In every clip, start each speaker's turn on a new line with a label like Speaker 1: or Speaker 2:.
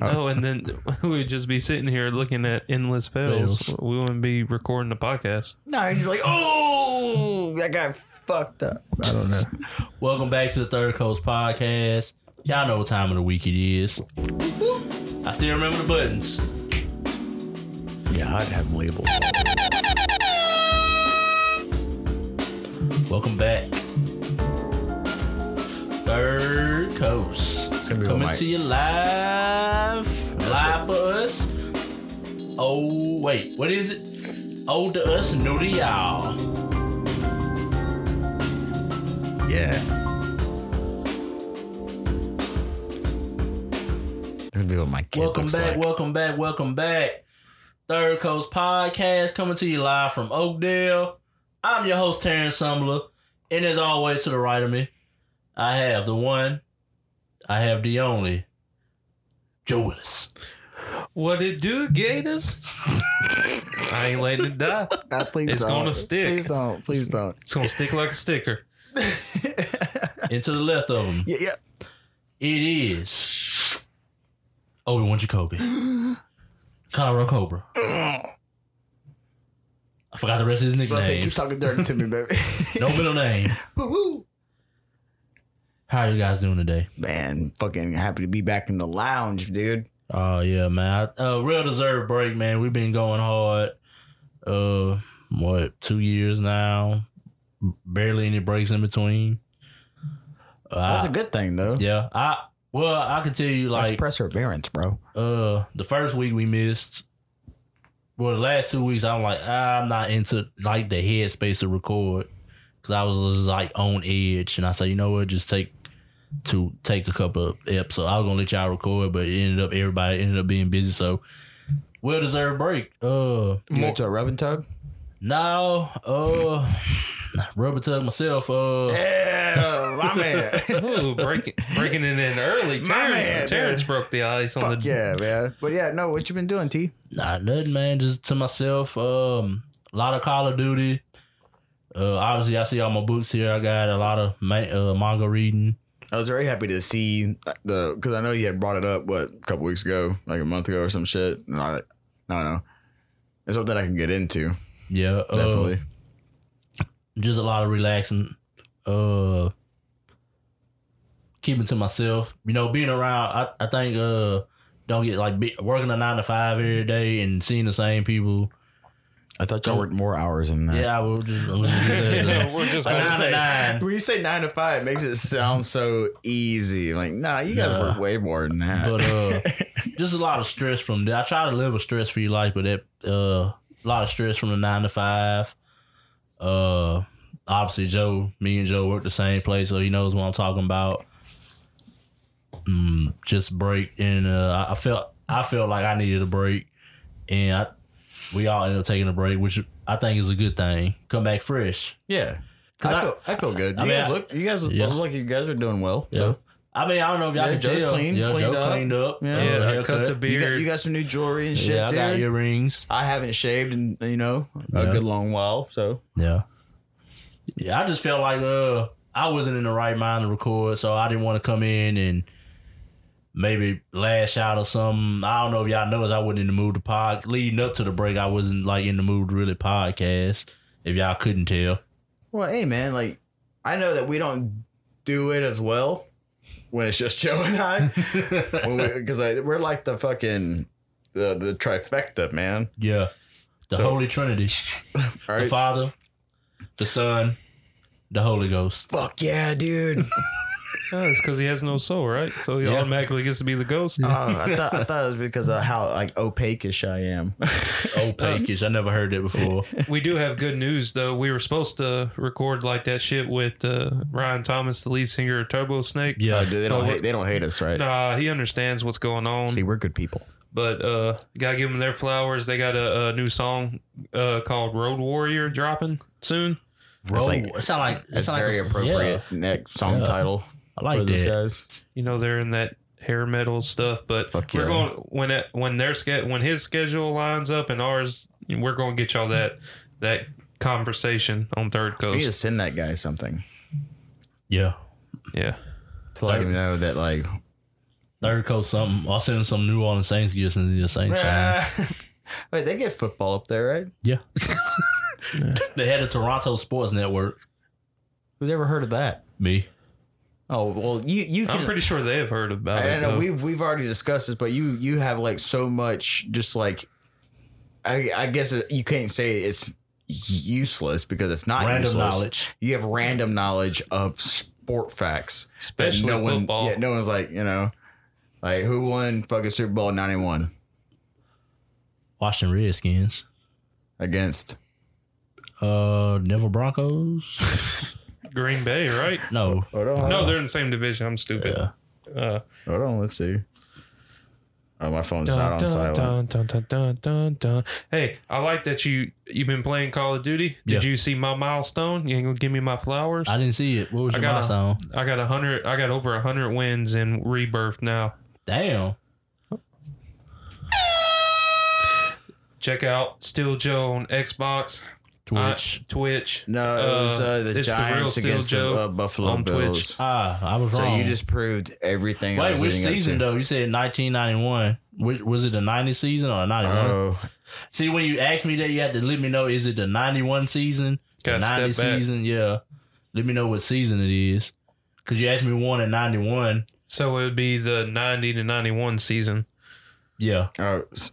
Speaker 1: Oh, and then we would just be sitting here looking at endless fails.
Speaker 2: Fails.
Speaker 1: We wouldn't be recording the podcast.
Speaker 3: No, you're like, oh, that guy fucked up.
Speaker 2: I don't know.
Speaker 4: Welcome back to the Third Coast Podcast. Y'all know what time of the week it is. I still remember the buttons.
Speaker 2: Yeah, I'd have labels.
Speaker 4: Welcome back. Third Coast.
Speaker 2: gonna be
Speaker 4: Coming
Speaker 2: all
Speaker 4: to
Speaker 2: night.
Speaker 4: you live. Live for us. Oh, wait. What is it? Old to us, new to y'all.
Speaker 2: Yeah. Gonna be what my kid
Speaker 4: Welcome
Speaker 2: looks
Speaker 4: back,
Speaker 2: like.
Speaker 4: welcome back, welcome back. Third Coast Podcast coming to you live from Oakdale. I'm your host, Terrence Sumler. And as always, to the right of me, I have the one, I have the only, Joe Willis.
Speaker 1: What it do, Gators? I ain't letting it die.
Speaker 2: God, please
Speaker 1: It's
Speaker 2: don't.
Speaker 1: gonna stick.
Speaker 2: Please don't. Please don't.
Speaker 1: It's gonna stick like a sticker.
Speaker 4: and to the left of him,
Speaker 2: Yeah, yeah.
Speaker 4: It is Obi Wan Jacoby, Colorado Cobra. I forgot the rest of his
Speaker 2: But I say, keep
Speaker 4: nicknames.
Speaker 2: talking dirty to me, baby.
Speaker 4: No middle name.
Speaker 2: Woo-woo.
Speaker 4: How are you guys doing today?
Speaker 2: Man, fucking happy to be back in the lounge, dude.
Speaker 4: Oh yeah, man. I- Uh, real deserved break, man. We've been going hard. Uh, what two years now? Barely any breaks in between. Uh,
Speaker 2: That's a good thing, though.
Speaker 4: yeah, I well, I can tell you
Speaker 2: That's
Speaker 4: like
Speaker 2: perseverance, bro.
Speaker 4: uh the first week we missed well the last two weeks i'm like "Ah, i'm not into like the headspace to record because i was just, like on edge and i said you know what just take to take a couple of eps so i was gonna let y'all record but it ended up everybody ended up being busy so well deserved break uh
Speaker 2: You
Speaker 1: More-
Speaker 2: went to a rubbing tug?
Speaker 4: now uh rubber tug myself uh
Speaker 2: Yeah, my man.
Speaker 1: Ooh, breaking breaking it in early. Terrence,
Speaker 2: My man,
Speaker 1: Terrence broke the ice on
Speaker 2: Fuck
Speaker 1: the
Speaker 2: yeah, man. But yeah, no, what you been doing, T?
Speaker 4: Nah, nothing, man. Just to myself. Um, a lot of Call of Duty. Uh, obviously, I see all my books here. I got a lot of ma- uh, manga reading.
Speaker 2: I was very happy to see uh, the because I know you had brought it up what a couple weeks ago, like a month ago or some shit. And I, I don't know. It's something I can get into.
Speaker 4: Yeah, uh,
Speaker 2: Definitely.
Speaker 4: Just a lot of relaxing. Uh, keeping to myself. You know, being around. I, I think uh, don't get like be, working a nine to five every day and seeing the same people.
Speaker 2: I thought y'all worked more hours than that.
Speaker 4: Yeah, I will just.
Speaker 1: Yeah, we're just
Speaker 4: A
Speaker 1: gonna
Speaker 4: nine to
Speaker 2: say-
Speaker 4: nine.
Speaker 2: When you say nine to five, it makes it sound so easy. Like, nah, you guys
Speaker 4: Nah.
Speaker 2: work way more than that.
Speaker 4: But uh, just a lot of stress from that. I try to live a stress free life, but that uh, a lot of stress from the nine to five. Uh, obviously Joe, me and Joe work the same place, so he knows what I'm talking about. Mm, just break, and uh, I- I felt I felt like I needed a break, and I, we all ended up taking a break, which I think is a good thing. Come back fresh.
Speaker 2: yeah.
Speaker 4: 'Cause
Speaker 2: I
Speaker 4: I-
Speaker 2: feel, I feel good.
Speaker 4: I
Speaker 2: you
Speaker 4: mean,
Speaker 2: guys
Speaker 4: I-
Speaker 2: look, you guys
Speaker 4: Yeah.
Speaker 2: look like you guys are doing well.
Speaker 4: Yeah.
Speaker 2: So
Speaker 4: I mean, I don't know if y'all
Speaker 2: Yeah,
Speaker 4: can
Speaker 2: Joe's
Speaker 4: tell.
Speaker 2: clean,
Speaker 4: yeah,
Speaker 2: cleaned
Speaker 4: Joe
Speaker 2: up.
Speaker 4: cleaned up. Uh,
Speaker 2: Yeah.
Speaker 1: Yeah, I
Speaker 4: haircut.
Speaker 1: cut the
Speaker 2: you got,
Speaker 1: beard.
Speaker 2: you got some new jewelry and shit,
Speaker 4: yeah, I
Speaker 2: dude.
Speaker 4: got earrings.
Speaker 2: I haven't shaved in you know a
Speaker 4: Yeah.
Speaker 2: good long while, so
Speaker 4: Yeah. Yeah, I just felt like uh I wasn't in the right mind to record, so I didn't want to come in and maybe lash out or something. I don't know if y'all noticed I wasn't in the mood to pod leading up to the break, I wasn't like in the mood to really podcast, if y'all couldn't tell.
Speaker 2: Well, hey man, like I know that we don't do it as well when it's just Joe and I, because we, are like the fucking the the trifecta, man.
Speaker 4: yeah. The
Speaker 2: So-
Speaker 4: Holy Trinity.
Speaker 2: All
Speaker 4: The
Speaker 2: right,
Speaker 4: Father, the Son, the Holy Ghost.
Speaker 2: fuck yeah, dude.
Speaker 1: Yeah, Oh, it's because he has no soul, right? So he
Speaker 4: Yeah.
Speaker 1: automatically gets to be the ghost.
Speaker 2: Oh, I thought I thought it was because of how like opaque-ish I am. Oh,
Speaker 4: Opaque-ish. I never heard that before.
Speaker 1: we do have good news though. We were supposed to record like that shit with uh, Ryan Thomas, the lead singer of Turbo Snake.
Speaker 2: Oh,
Speaker 4: Yeah.
Speaker 2: dude, they
Speaker 1: Oh,
Speaker 2: don't
Speaker 1: what-
Speaker 2: hate, they don't hate us, right?
Speaker 1: Nah, he understands what's going on,
Speaker 2: See, we're good people.
Speaker 1: but uh, gotta give them their flowers. They got a, a new song uh, called "Road Warrior" dropping soon.
Speaker 4: Roll.
Speaker 2: like-
Speaker 4: it sound like it
Speaker 2: It's
Speaker 4: sound
Speaker 2: very
Speaker 4: like a-
Speaker 2: appropriate
Speaker 4: yeah,
Speaker 2: next song
Speaker 4: Yeah.
Speaker 2: title
Speaker 4: I like
Speaker 2: for these
Speaker 4: that.
Speaker 2: guys.
Speaker 1: You know they're in that hair metal stuff, but
Speaker 2: Fuck
Speaker 1: we're
Speaker 2: yeah.
Speaker 1: going when it, when their ske- when his schedule lines up and ours, we're going to get y'all that that conversation on Third
Speaker 2: We need to
Speaker 1: Coast.
Speaker 2: send that guy something
Speaker 4: Yeah.
Speaker 1: Yeah,
Speaker 2: to let him know that like
Speaker 4: Third coat something. I'll send him some New Orleans Saints gifts and just Saints. fan.
Speaker 2: Wait, they get football up there, right?
Speaker 4: They had the Toronto Sports Network.
Speaker 2: Who's ever heard of that?
Speaker 4: Me.
Speaker 2: Oh well, you you can.
Speaker 1: I'm pretty sure they have heard about
Speaker 2: I
Speaker 1: it.
Speaker 2: know
Speaker 1: though.
Speaker 2: we've we've already discussed this, but you you have like so much just like, I I guess it, you can't say it's useless because it's not
Speaker 4: Random
Speaker 2: useless.
Speaker 4: knowledge.
Speaker 2: You have random knowledge of sport facts, that
Speaker 1: Especially
Speaker 2: no one,
Speaker 1: football.
Speaker 2: Yeah, no one's like you know, like who won fucking Super Bowl ninety one
Speaker 4: Washington Redskins.
Speaker 2: against
Speaker 4: Uh, Denver Broncos.
Speaker 1: Green Bay, right?
Speaker 4: No.
Speaker 2: Hold on.
Speaker 1: no, they're in the same division. I'm stupid.
Speaker 4: Yeah.
Speaker 1: Uh,
Speaker 2: Hold on. Let's see. Oh, my phone's not on
Speaker 1: dun,
Speaker 2: silent.
Speaker 1: dun, dun, dun, dun, dun, dun. Hey, I like that you you've been playing Call of Duty. Did
Speaker 4: Yeah.
Speaker 1: you see my milestone? You ain't gonna give me my flowers.
Speaker 4: I
Speaker 1: I,
Speaker 4: didn't see it. What was
Speaker 1: I
Speaker 4: your
Speaker 1: got a-
Speaker 4: milestone?
Speaker 1: got a hundred. I got over a hundred wins in Rebirth now.
Speaker 4: Damn.
Speaker 1: Check out Steel Joe on Xbox, uh,
Speaker 4: Twitch.
Speaker 1: Twitch.
Speaker 2: No, it was uh, the
Speaker 1: it's real
Speaker 2: Giants
Speaker 1: Steel
Speaker 2: against the
Speaker 1: Joe
Speaker 2: uh, Buffalo
Speaker 1: on
Speaker 2: Bills.
Speaker 1: Twitch.
Speaker 4: ah, I was
Speaker 2: So
Speaker 4: wrong.
Speaker 2: you just proved everything. I
Speaker 4: Wait,
Speaker 2: was
Speaker 4: which
Speaker 2: leading up
Speaker 4: season
Speaker 2: to.
Speaker 4: though? You said 1991. Which, was it the 90 season or 91?
Speaker 2: Oh,
Speaker 4: See, when you asked me that, you had to let me know is it the 91 season? The
Speaker 1: Gotta
Speaker 4: 90
Speaker 1: step back.
Speaker 4: season? Yeah. Let me know what season it is. Because you asked me one in 91.
Speaker 1: So it would be the ninety to ninety one season.
Speaker 4: Yeah.
Speaker 2: oh, s-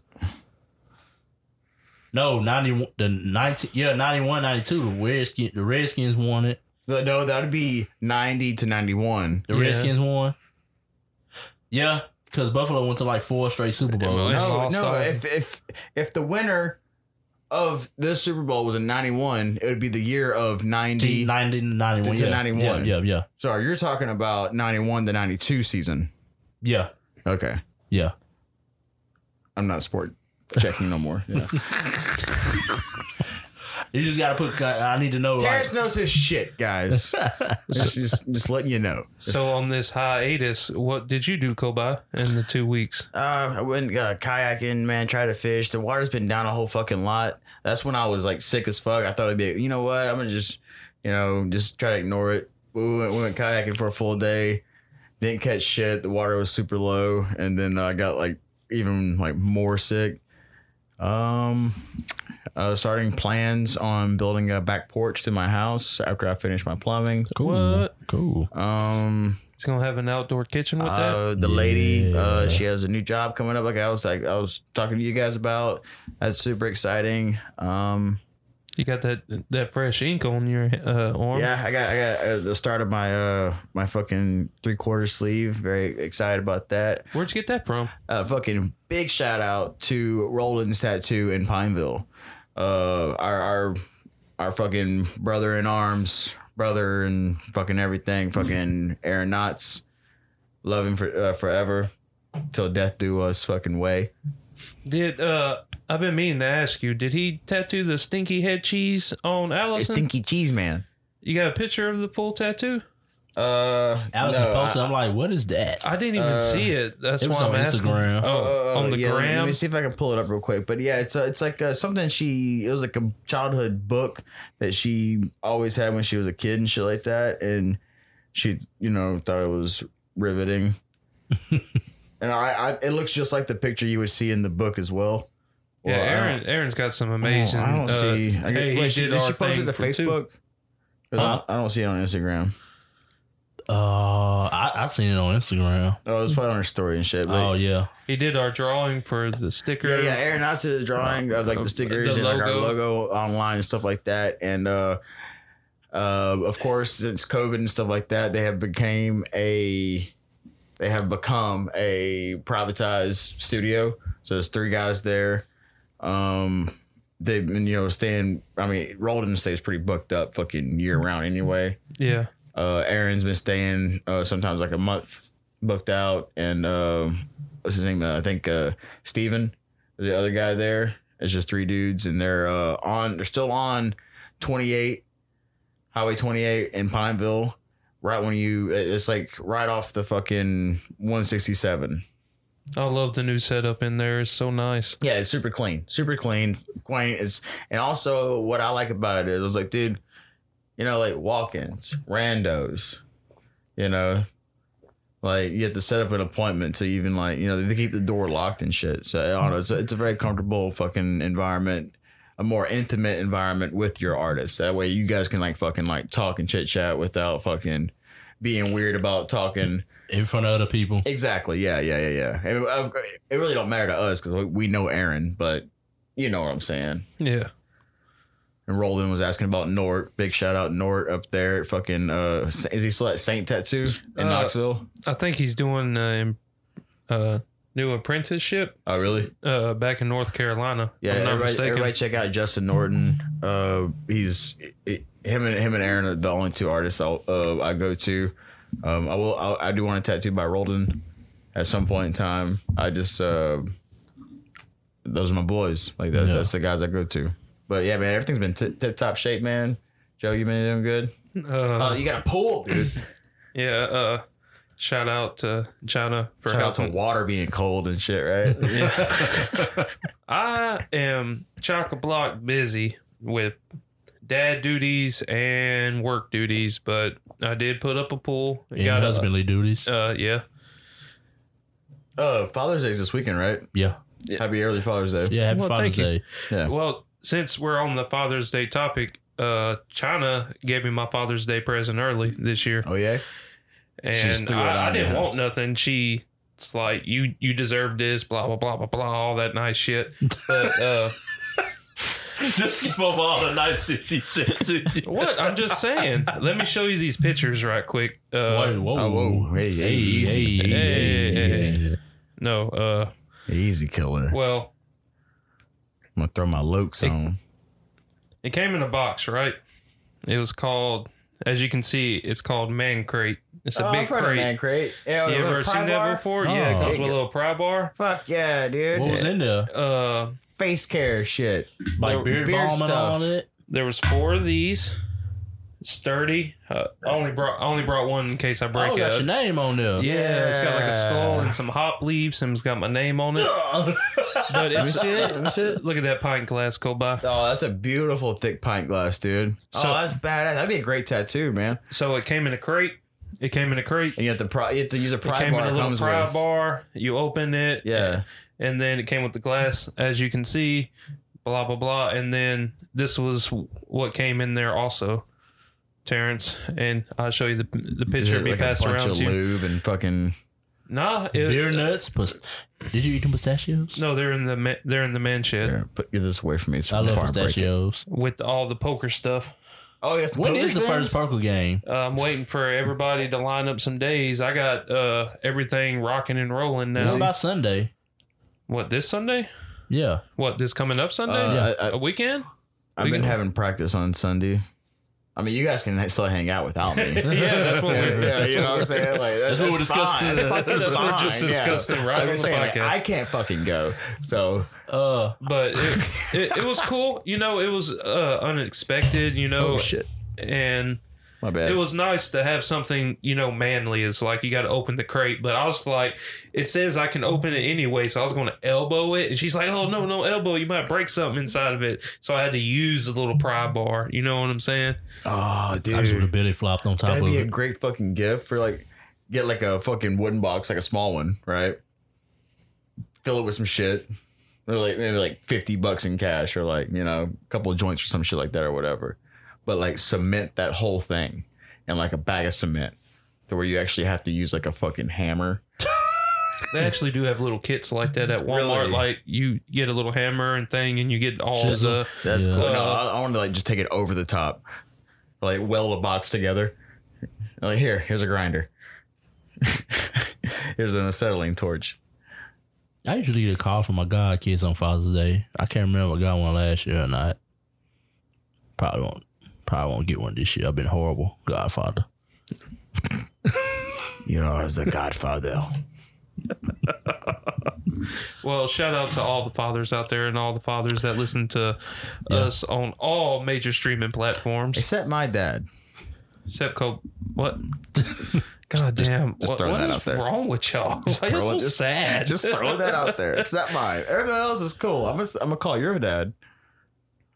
Speaker 4: No, 91. The 19. Yeah, 91, 92. The Redskins, the Redskins won it.
Speaker 2: so no, that'd be ninety to ninety-one.
Speaker 4: The
Speaker 1: Yeah.
Speaker 4: Redskins won. Yeah. Because Buffalo went to like four straight Super
Speaker 1: Yeah,
Speaker 4: Bowls.
Speaker 1: They well,
Speaker 2: No,
Speaker 1: lost
Speaker 2: no.
Speaker 1: all.
Speaker 2: If if if the winner of this Super Bowl was in ninety-one, it would be the year of ninety.
Speaker 4: 90 to 91.
Speaker 2: To
Speaker 4: yeah.
Speaker 2: 91.
Speaker 4: Yeah, yeah, yeah.
Speaker 2: So you're talking about ninety-one to ninety-two season.
Speaker 4: Yeah.
Speaker 2: Okay,
Speaker 4: Yeah.
Speaker 2: I'm not sport checking no more. Yeah.
Speaker 4: You just got to put, I I need to know. Like,
Speaker 2: Terrence knows his shit, guys. just, just just letting you know.
Speaker 1: So on this hiatus, what did you do, Kobai, in the two weeks?
Speaker 2: Uh, I went uh, kayaking, man. Tried to fish. The water's been down a whole fucking lot. That's when I was like sick as fuck. I thought it'd be, you know what? I'm gonna just, you know, just try to ignore it. We went, we went kayaking for a full day. Didn't catch shit. The water was super low, and then I got like even like more sick. Um, I was starting plans on building a back porch to my house after I finished my plumbing.
Speaker 1: What?
Speaker 4: Cool.
Speaker 2: Um,
Speaker 1: It's gonna have an outdoor kitchen with that.
Speaker 2: uh, the lady, uh,
Speaker 4: Yeah.
Speaker 2: she has a new job coming up. Like I was like I was talking to you guys about. That's super exciting. Um,
Speaker 1: You got that that fresh ink on your uh, arm.
Speaker 2: yeah, I got I got uh, the start of my uh my fucking three quarter sleeve. Very excited about that.
Speaker 1: Where'd you get that from?
Speaker 2: Uh, fucking big shout out to Roland's Tattoo in Pineville. Uh, our our our fucking brother in arms, brother and fucking everything. Fucking Aaron Knotts, love him for uh, forever. Till death do us fucking way.
Speaker 1: Did uh I've been meaning to ask you, did he tattoo the stinky head cheese on
Speaker 2: It's
Speaker 1: Allison?
Speaker 2: Stinky Cheese Man.
Speaker 1: you got a picture of the full tattoo?
Speaker 2: Uh,
Speaker 4: Allison
Speaker 2: no,
Speaker 4: posted.
Speaker 2: I-
Speaker 4: I, am like, what is that?
Speaker 1: I didn't even
Speaker 2: Uh,
Speaker 1: see it. That's
Speaker 4: it was
Speaker 1: why I'm
Speaker 4: on
Speaker 1: asking. Uh,
Speaker 4: Instagram.
Speaker 2: oh,
Speaker 1: on the
Speaker 2: yeah, let me- Let
Speaker 1: gram.
Speaker 2: me see if I can pull it up real quick. But yeah, it's uh, it's like uh, something she. It was like a childhood book that she always had when she was a kid and shit like that. And she, you know, thought it was riveting. and I, I, it looks just like the picture you would see in the book as well.
Speaker 1: Yeah,
Speaker 2: Well, I don't-
Speaker 1: Aaron. Aaron's got some
Speaker 2: I don't-
Speaker 1: amazing.
Speaker 2: Oh, I don't
Speaker 1: uh,
Speaker 2: see. I guess,
Speaker 1: hey, he
Speaker 2: wait, she,
Speaker 1: did
Speaker 2: did
Speaker 1: our
Speaker 2: she post it
Speaker 1: thing
Speaker 2: to
Speaker 1: for two.
Speaker 2: Facebook? 'Cause I
Speaker 4: Huh?
Speaker 2: don't- I don't see it on Instagram.
Speaker 4: Uh, I, I seen it on Instagram.
Speaker 2: Oh,
Speaker 1: Hmm.
Speaker 2: it's probably on her story and shit. But
Speaker 4: Oh yeah,
Speaker 1: he did our drawing for the sticker.
Speaker 2: Yeah, yeah. Aaron Knox did a drawing of like
Speaker 1: Of
Speaker 2: the stickers
Speaker 1: the
Speaker 2: and like our
Speaker 1: logo.
Speaker 2: logo online and stuff like that. And uh, uh, of course, since COVID and stuff like that, they have became a they have become a privatized studio. So there's three guys there. Um, they've been you know staying. I mean, Rolden stays pretty booked up, fucking year round anyway.
Speaker 1: Yeah.
Speaker 2: Uh, Aaron's been staying uh, sometimes like a month booked out, and um what's his name? Uh, I think uh, Steven, the other guy there. It's just three dudes, and they're uh, on. They're still on twenty eight, Highway twenty eight in Pineville. Right when you, it's like right off the fucking one sixty seven.
Speaker 1: I love the new setup in there. It's so nice.
Speaker 2: Yeah, it's super clean, super clean, quaint. It's and also what I like about it is, I was like, dude, you know, like walk-ins, randos, you know, Like you have to set up an appointment to even like you know they keep the door locked and shit. So I don't know. It's a, it's a very comfortable fucking environment, a more intimate environment with your artist. That way you guys can like fucking like talk and chit chat without fucking being weird about talking.
Speaker 4: in front of other people.
Speaker 2: Exactly. Yeah. Yeah. Yeah. Yeah. And I've- it really don't matter to us because we know Aaron, but you know what I'm saying.
Speaker 1: Yeah.
Speaker 2: And Roland was asking about Nort. Big shout out Nort up there at fucking uh is he still at Saint Tattoo in
Speaker 1: Uh,
Speaker 2: Knoxville?
Speaker 1: I think he's doing a uh, new apprenticeship
Speaker 2: Oh really?
Speaker 1: uh, back in North Carolina.
Speaker 2: Yeah,
Speaker 1: if I'm not
Speaker 2: everybody,
Speaker 1: mistaken.
Speaker 2: everybody check out Justin Norton. Uh he's it, him and him and Aaron are the only two artists I'll, uh, I go to. Um I will I, I do want a tattoo by Roland at some point in time. I just uh those are my boys. Like that,
Speaker 4: Yeah.
Speaker 2: that's the guys I go to. But yeah, man, everything's been t- tip top shape, man. Joe, you been doing good?
Speaker 1: Uh,
Speaker 2: Oh, you got a pool, dude.
Speaker 1: yeah. Uh, shout out to China for
Speaker 2: Shout out
Speaker 1: helping.
Speaker 2: to water being cold and shit, right?
Speaker 1: I am chock a block busy with dad duties and work duties, but I did put up a pool.
Speaker 4: In
Speaker 1: a-
Speaker 4: husbandly duties.
Speaker 1: Uh, yeah.
Speaker 2: Oh, Father's Day is this weekend, right?
Speaker 4: yeah.
Speaker 2: Happy early Father's Day.
Speaker 4: Yeah, happy
Speaker 1: Well,
Speaker 4: Father's
Speaker 1: thank you.
Speaker 4: Day.
Speaker 1: Well, since we're on the Father's Day topic, uh, China gave me my Father's Day present early this year,
Speaker 2: Oh yeah. just
Speaker 1: and
Speaker 2: threw it
Speaker 1: I, I
Speaker 2: on you,
Speaker 1: didn't
Speaker 2: huh?
Speaker 1: want nothing. She, it's like you, you deserve this, blah blah blah blah blah, all that nice shit. But uh,
Speaker 4: Just skip over all the nice sixty cents. Wait,
Speaker 1: what? I'm just saying. Let me show you these pictures right quick. Uh,
Speaker 4: whoa.
Speaker 2: Oh, whoa. Hey, hey, easy,
Speaker 4: hey,
Speaker 1: easy,
Speaker 4: hey,
Speaker 2: easy.
Speaker 4: hey.
Speaker 1: no. Uh,
Speaker 2: Easy killer. I'm
Speaker 1: well,
Speaker 2: gonna throw my lokes on.
Speaker 1: it came in a box, right? It was called, as you can see, it's called Man Crate. It's
Speaker 2: Oh,
Speaker 1: a big crate.
Speaker 2: crate. Yeah,
Speaker 1: you
Speaker 2: with a
Speaker 1: ever
Speaker 2: pie
Speaker 1: seen that
Speaker 2: bar?
Speaker 1: before? Yeah, it
Speaker 4: Oh.
Speaker 1: comes with a little pry bar.
Speaker 2: Fuck yeah, dude.
Speaker 4: What was in there?
Speaker 1: Uh,
Speaker 2: Face care shit.
Speaker 4: Like beard,
Speaker 2: beard
Speaker 4: balm and all
Speaker 2: stuff.
Speaker 4: that? Oh,
Speaker 1: there was four of these. Sturdy. Uh, I only brought I only brought one in case I break
Speaker 4: Oh,
Speaker 1: it.
Speaker 4: got your name on there.
Speaker 1: yeah, it's got like a skull
Speaker 2: Yeah.
Speaker 1: and some hop leaves, and it's got my name on it. But
Speaker 2: Let me
Speaker 1: it's
Speaker 2: see it. Let me see it.
Speaker 1: look at that pint glass go by.
Speaker 2: Oh, that's a beautiful thick pint glass, dude.
Speaker 1: So-
Speaker 2: oh, that's badass. That'd be a great tattoo, man.
Speaker 1: So it came in a crate. It came in a crate.
Speaker 2: And you have to pry, you have to use a
Speaker 1: It
Speaker 2: pry
Speaker 1: came
Speaker 2: bar.
Speaker 1: in a
Speaker 2: it
Speaker 1: little
Speaker 2: comes
Speaker 1: pry
Speaker 2: with.
Speaker 1: bar. You open it,
Speaker 2: Yeah.
Speaker 1: and then it came with the glass, as you can see. Blah blah blah, and then this was what came in there also, Terrence, and I'll show you the the picture
Speaker 2: Is it
Speaker 1: be
Speaker 2: like a
Speaker 1: passed
Speaker 2: bunch
Speaker 1: around
Speaker 2: of
Speaker 1: to you.
Speaker 2: lube and fucking.
Speaker 1: Nah, it,
Speaker 4: Beer nuts. Pus- Did you eat them pistachios?
Speaker 1: No, they're in the ma- they're in the man shed
Speaker 2: Here, put get this away from me. It's
Speaker 4: I love
Speaker 2: before break it.
Speaker 4: pistachios.
Speaker 1: with all the poker stuff.
Speaker 2: Oh, yes.
Speaker 4: When is the first poker game?
Speaker 1: Uh, I'm waiting for everybody to line up some days. I got uh, everything rocking and rolling
Speaker 4: What
Speaker 1: now.
Speaker 4: about Sunday?
Speaker 1: What this Sunday?
Speaker 4: Yeah.
Speaker 1: What this coming up Sunday?
Speaker 2: Uh, I- I-
Speaker 1: a weekend?
Speaker 2: I've been having practice on Sunday. I mean, you guys can still hang out without me.
Speaker 1: yeah, that's what
Speaker 2: yeah,
Speaker 1: we're.
Speaker 2: yeah, you know what I'm saying? Like, that,
Speaker 4: That's
Speaker 2: that's,
Speaker 4: what we're discussing.
Speaker 2: fine.
Speaker 4: That's
Speaker 2: fucking
Speaker 1: what we're
Speaker 2: fine,
Speaker 1: just
Speaker 2: yeah.
Speaker 1: discussing right
Speaker 2: I'm
Speaker 1: on
Speaker 2: just
Speaker 1: the
Speaker 2: saying, like,
Speaker 1: podcast.
Speaker 2: I can't fucking go. So,
Speaker 4: Uh,
Speaker 1: But it, it, it was cool. You know, it was uh, unexpected. You know,
Speaker 2: oh, shit.
Speaker 1: and
Speaker 2: My bad.
Speaker 1: it was nice to have something you know manly is like you got to open the crate but i was like it says i can open it anyway so i was going to elbow it and she's like oh no no elbow you might break something inside of it so i had to use a little pry bar you know what i'm saying
Speaker 2: oh,
Speaker 4: I just would have
Speaker 2: dude.
Speaker 4: belly flopped on top
Speaker 2: That'd
Speaker 4: of
Speaker 2: be a
Speaker 4: it.
Speaker 2: great fucking gift for like, get like a fucking wooden box, like a small one, right? Fill it with some shit. Or like maybe like 50 bucks in cash or like, you know, a couple of joints or some shit like that or whatever. But like cement that whole thing and like a bag of cement to where you actually have to use like a fucking hammer
Speaker 1: they actually do have little kits like that at walmart
Speaker 2: Hmm. Really?
Speaker 1: like you get a little hammer and thing and you get all
Speaker 4: Chisel.
Speaker 1: the
Speaker 2: That's
Speaker 4: Yeah.
Speaker 2: cool. No,
Speaker 1: Uh,
Speaker 2: I, I want to like just take it over the top, like weld a box together. Like here, here's a grinder. here's an acetylene torch.
Speaker 4: I usually get a call from my god kids on Father's Day. I can't remember if I got one last year or not. Probably won't. Probably won't get one this year. I've been horrible, Godfather.
Speaker 2: You are the Godfather.
Speaker 1: well shout out to all the fathers out there and all the fathers that listen to us on all major streaming platforms
Speaker 2: Except my dad.
Speaker 1: except co what God damn!
Speaker 2: just
Speaker 1: what
Speaker 2: throwing
Speaker 1: what
Speaker 2: that
Speaker 1: is
Speaker 2: out there.
Speaker 1: wrong with y'all? Why y'all
Speaker 2: throwing-
Speaker 1: so
Speaker 2: just-
Speaker 1: sad?
Speaker 2: Just throw that out there. It's not mine. Everything else is cool. I'm gonna I'm gonna call your dad.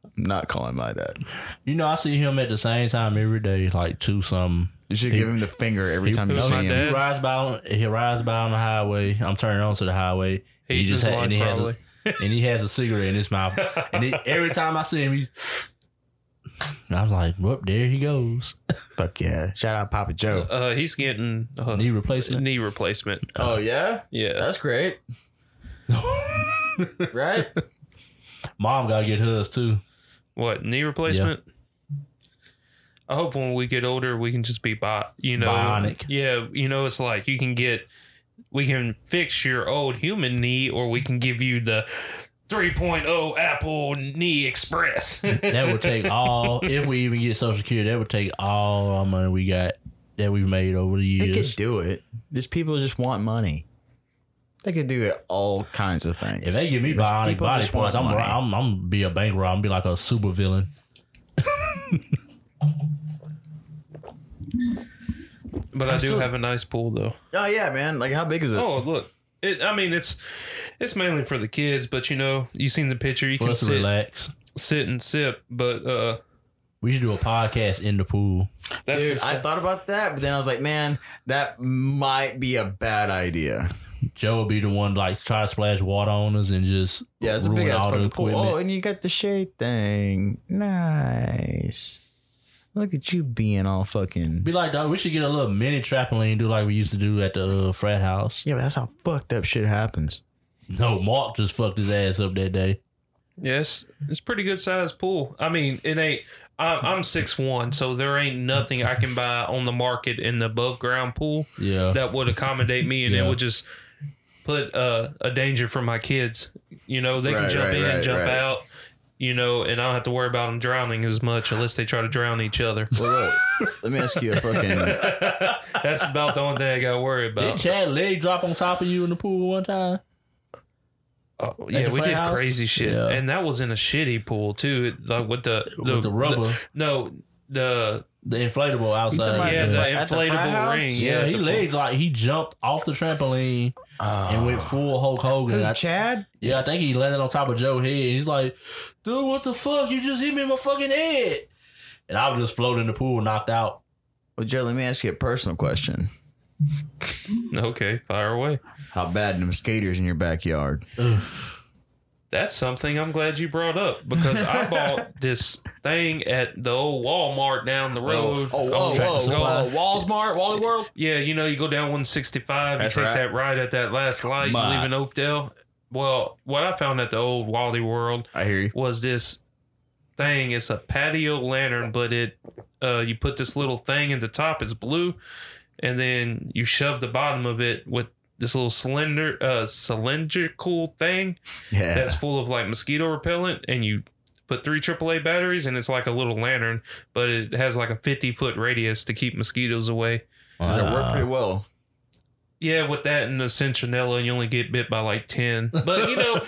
Speaker 2: I'm not calling my dad.
Speaker 4: You know, I see him at the same time every day, like two some
Speaker 2: You should give him the finger every
Speaker 4: he
Speaker 2: time you
Speaker 1: was
Speaker 2: see
Speaker 1: my
Speaker 2: him.
Speaker 1: dad.
Speaker 4: He rides by on, he rides by on the highway. I'm turning onto the highway.
Speaker 1: He
Speaker 4: he just
Speaker 1: just like
Speaker 4: had, and he has
Speaker 1: probably.
Speaker 4: a, and he has a cigarette in his mouth. And he, every time I see him, he, I was like, "Whoop! There he goes."
Speaker 2: Fuck yeah! Shout out Papa Joe.
Speaker 1: uh, he's getting uh,
Speaker 4: Knee
Speaker 1: knee
Speaker 4: replacement.
Speaker 1: replacement.
Speaker 2: Oh yeah,
Speaker 1: Yeah.
Speaker 2: that's great, right?
Speaker 4: Mom gotta get hers too.
Speaker 1: What knee replacement? I hope when we get older, we can just be bot. You know,
Speaker 4: Bionic.
Speaker 1: Yeah, you know, it's like you can get, we can fix your old human knee, or we can give you the 3.0 Apple Knee Express.
Speaker 4: That would take all. if we even get Social Security, that would take all our money we got that we've made over the
Speaker 2: They
Speaker 4: years.
Speaker 2: could do it. Just people just want money. They could do it all kinds of things.
Speaker 4: If they give me
Speaker 2: Just
Speaker 4: bionic
Speaker 2: people
Speaker 4: body
Speaker 2: just
Speaker 4: parts, I'm,
Speaker 2: want money.
Speaker 4: I'm I'm be a bank robber. I'm be like a super villain.
Speaker 1: but I
Speaker 2: I'm
Speaker 1: do
Speaker 2: still-
Speaker 1: have a nice pool though.
Speaker 2: Oh yeah, man. Like how big is it?
Speaker 1: Oh look, it, I mean it's it's mainly for the kids, but you know you seen the picture. You
Speaker 4: For
Speaker 1: can
Speaker 4: us to
Speaker 1: sit,
Speaker 4: relax,
Speaker 1: sit and sip, but uh,
Speaker 4: we should do a podcast in the pool.
Speaker 1: that's
Speaker 2: Dude, I thought about that, but then I was like, man, that might be a bad idea.
Speaker 4: Joe would be the one like try to splash water on us and just
Speaker 2: Yeah, it's a
Speaker 4: ruin
Speaker 2: big ass
Speaker 4: all the
Speaker 2: fucking pool.
Speaker 4: equipment.
Speaker 2: Oh, and you got the shade thing. Nice. Look at you being all fucking.
Speaker 4: be like, dog, we should get a little mini trampoline, do like we used to do at the uh, frat house.
Speaker 2: Yeah, but that's how fucked up shit happens.
Speaker 4: No, Mark just fucked his ass up that day.
Speaker 1: Yes, it's a pretty good sized pool. I mean, it ain't. I, I'm six one, so there ain't nothing I can buy on the market in the above ground pool
Speaker 4: Yeah,
Speaker 1: that would accommodate me, and
Speaker 4: Yeah.
Speaker 1: it would just put uh, a danger for my kids. You know, they
Speaker 2: Right,
Speaker 1: can jump
Speaker 2: right,
Speaker 1: in,
Speaker 2: right,
Speaker 1: jump
Speaker 2: right.
Speaker 1: out. You know, and I don't have to worry about them drowning as much unless they try to drown each other.
Speaker 2: Well, look, let me ask you a fucking.
Speaker 1: That's about the only thing I got to worry
Speaker 4: did
Speaker 1: about.
Speaker 4: Chad leg drop on top of you in the pool one time?
Speaker 1: Oh,
Speaker 4: At
Speaker 1: yeah,
Speaker 4: the
Speaker 1: we
Speaker 4: frat
Speaker 1: did
Speaker 4: house?
Speaker 1: crazy shit,
Speaker 4: Yeah.
Speaker 1: and that was in a shitty pool too, it- like with the
Speaker 4: with the rubber,
Speaker 1: no, the
Speaker 4: the, inflatable outside.
Speaker 2: about
Speaker 1: yeah,
Speaker 2: the-
Speaker 1: the
Speaker 2: at the frat
Speaker 1: inflatable
Speaker 2: house?
Speaker 1: ring.
Speaker 4: Yeah,
Speaker 1: at
Speaker 4: he
Speaker 1: the pool.
Speaker 4: laid like he jumped off the trampoline and
Speaker 2: Ah.
Speaker 4: went full Hulk Hogan.
Speaker 2: Who,
Speaker 4: I,
Speaker 2: uh, Chad?
Speaker 4: yeah, I think he landed on top of Joe head. And he's like, "Dude, what the fuck? You just hit me in my fucking head!" And I was just floating in the pool, knocked out.
Speaker 2: Well, Joe, let me ask you a personal question.
Speaker 1: Okay, fire away.
Speaker 2: How bad them skaters in your backyard?
Speaker 4: Ugh.
Speaker 1: That's something I'm glad you brought up because I bought this thing at the old Walmart down the road.
Speaker 2: Oh, whoa,
Speaker 1: on
Speaker 2: whoa,
Speaker 1: Tractor Supply.
Speaker 2: whoa, Walmart, Wally World.
Speaker 1: Yeah, you know, you go down 165,
Speaker 2: That's
Speaker 1: you take
Speaker 2: right.
Speaker 1: that right at that last light, you
Speaker 2: My-
Speaker 1: leave in Oakdale. Well, what I found at the old Wally World
Speaker 2: I hear you.
Speaker 1: was this thing. It's a patio lantern, but it uh, you put this little thing in the top. It's blue, and then you shove the bottom of it with this little cylinder, uh, cylindrical thing.
Speaker 2: Yeah.
Speaker 1: that's full of like mosquito repellent and you put three AAA batteries and it's like a little lantern, but it has like a 50 foot radius to keep mosquitoes away.
Speaker 2: Does it work pretty well?
Speaker 1: Yeah, with that and the Centronella, you only get bit by like 10. But you know,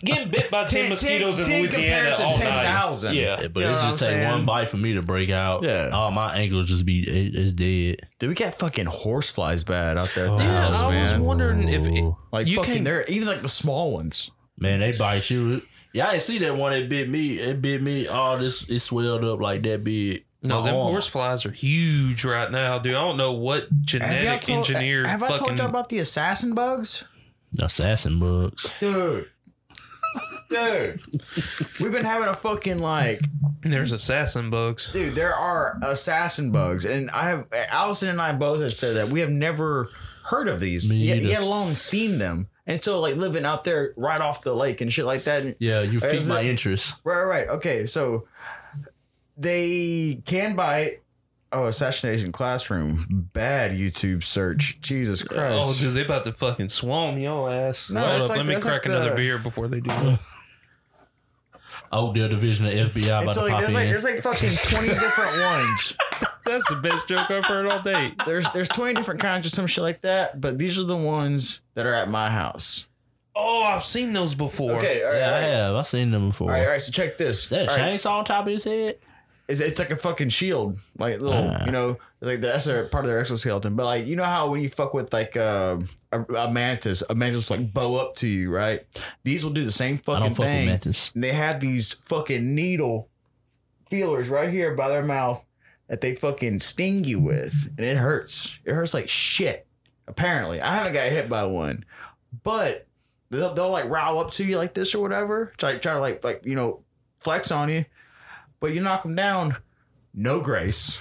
Speaker 1: getting bit by 10, mosquitoes in Louisiana all night. Yeah.
Speaker 4: Yeah, but
Speaker 2: You know
Speaker 4: it
Speaker 2: what
Speaker 4: just
Speaker 2: I'm
Speaker 4: take
Speaker 2: saying?
Speaker 4: one bite for me to break out.
Speaker 2: Yeah.
Speaker 4: Oh, my ankle just be it, it's dead.
Speaker 2: Dude, we got fucking horseflies bad out there. at
Speaker 4: Oh,
Speaker 2: the
Speaker 1: Yeah,
Speaker 2: house,
Speaker 1: I was
Speaker 2: man.
Speaker 1: wondering if it-
Speaker 4: Ooh.
Speaker 2: Like
Speaker 1: You
Speaker 2: fucking,
Speaker 1: can-
Speaker 2: they're even like the small ones.
Speaker 4: man they bite you. Yeah, I didn't see that one that bit me. It bit me. Oh, this it swelled up like that big. Oh,
Speaker 1: No,
Speaker 4: My
Speaker 1: them
Speaker 4: arm.
Speaker 1: horse flies are huge right now, dude. I don't know what genetic engineer
Speaker 2: Have I
Speaker 1: fucking.
Speaker 2: talked about the assassin bugs,
Speaker 4: assassin bugs.
Speaker 2: dude? dude, we've been having a fucking like,
Speaker 1: there's assassin bugs.
Speaker 2: dude. There are assassin bugs, and I have Allison and I both had said that we have never heard of these,
Speaker 4: Me
Speaker 2: yet,
Speaker 4: either.
Speaker 2: yet alone seen them. And so, like living out there right off the lake and shit like that, and
Speaker 4: Yeah, you
Speaker 2: Hey,
Speaker 4: piqued
Speaker 2: is
Speaker 4: my
Speaker 2: it-
Speaker 4: interest.
Speaker 2: Right, right, right. Okay, so they can bite. Oh, assassination classroom. Bad YouTube search. Jesus Christ.
Speaker 1: Oh, dude, they about to fucking swarm your ass.
Speaker 2: No,
Speaker 1: Hold
Speaker 2: it's
Speaker 1: up,
Speaker 2: like-
Speaker 1: let me
Speaker 2: that's like
Speaker 1: crack another
Speaker 2: the-
Speaker 1: beer before they do that.
Speaker 4: Oakdale Division of FBI about
Speaker 2: it's
Speaker 4: to
Speaker 2: like
Speaker 4: pop
Speaker 2: there's
Speaker 4: in.
Speaker 2: like there's like fucking twenty different ones.
Speaker 1: That's the best joke I've heard all day.
Speaker 2: There's there's twenty different kinds or some shit like that. But these are the ones that are at my house.
Speaker 1: Oh, I've seen those before.
Speaker 2: Okay, uh, all right,
Speaker 4: yeah,
Speaker 2: all
Speaker 4: I
Speaker 2: right.
Speaker 4: have. I've seen them
Speaker 2: All
Speaker 4: before.
Speaker 2: right, all right. So check this.
Speaker 4: Is that a
Speaker 2: All right.
Speaker 4: chainsaw on top of his head?
Speaker 2: it's, it's like a fucking shield, like little,
Speaker 4: Ah.
Speaker 2: you know, like that's a part of their exoskeleton. But like, you know how when you fuck with like uh, a, a mantis, a mantis will, like bow up to you, right? These will do the same
Speaker 4: I
Speaker 2: fucking
Speaker 4: don't fuck
Speaker 2: thing.
Speaker 4: with mantis.
Speaker 2: And they have these fucking needle feelers right here by their mouth that they fucking sting you with, and it hurts. It hurts like shit. Apparently, I haven't got hit by one, but they'll, they'll like row up to you like this or whatever, try try to like like you know flex on you, but you knock them down, no grace.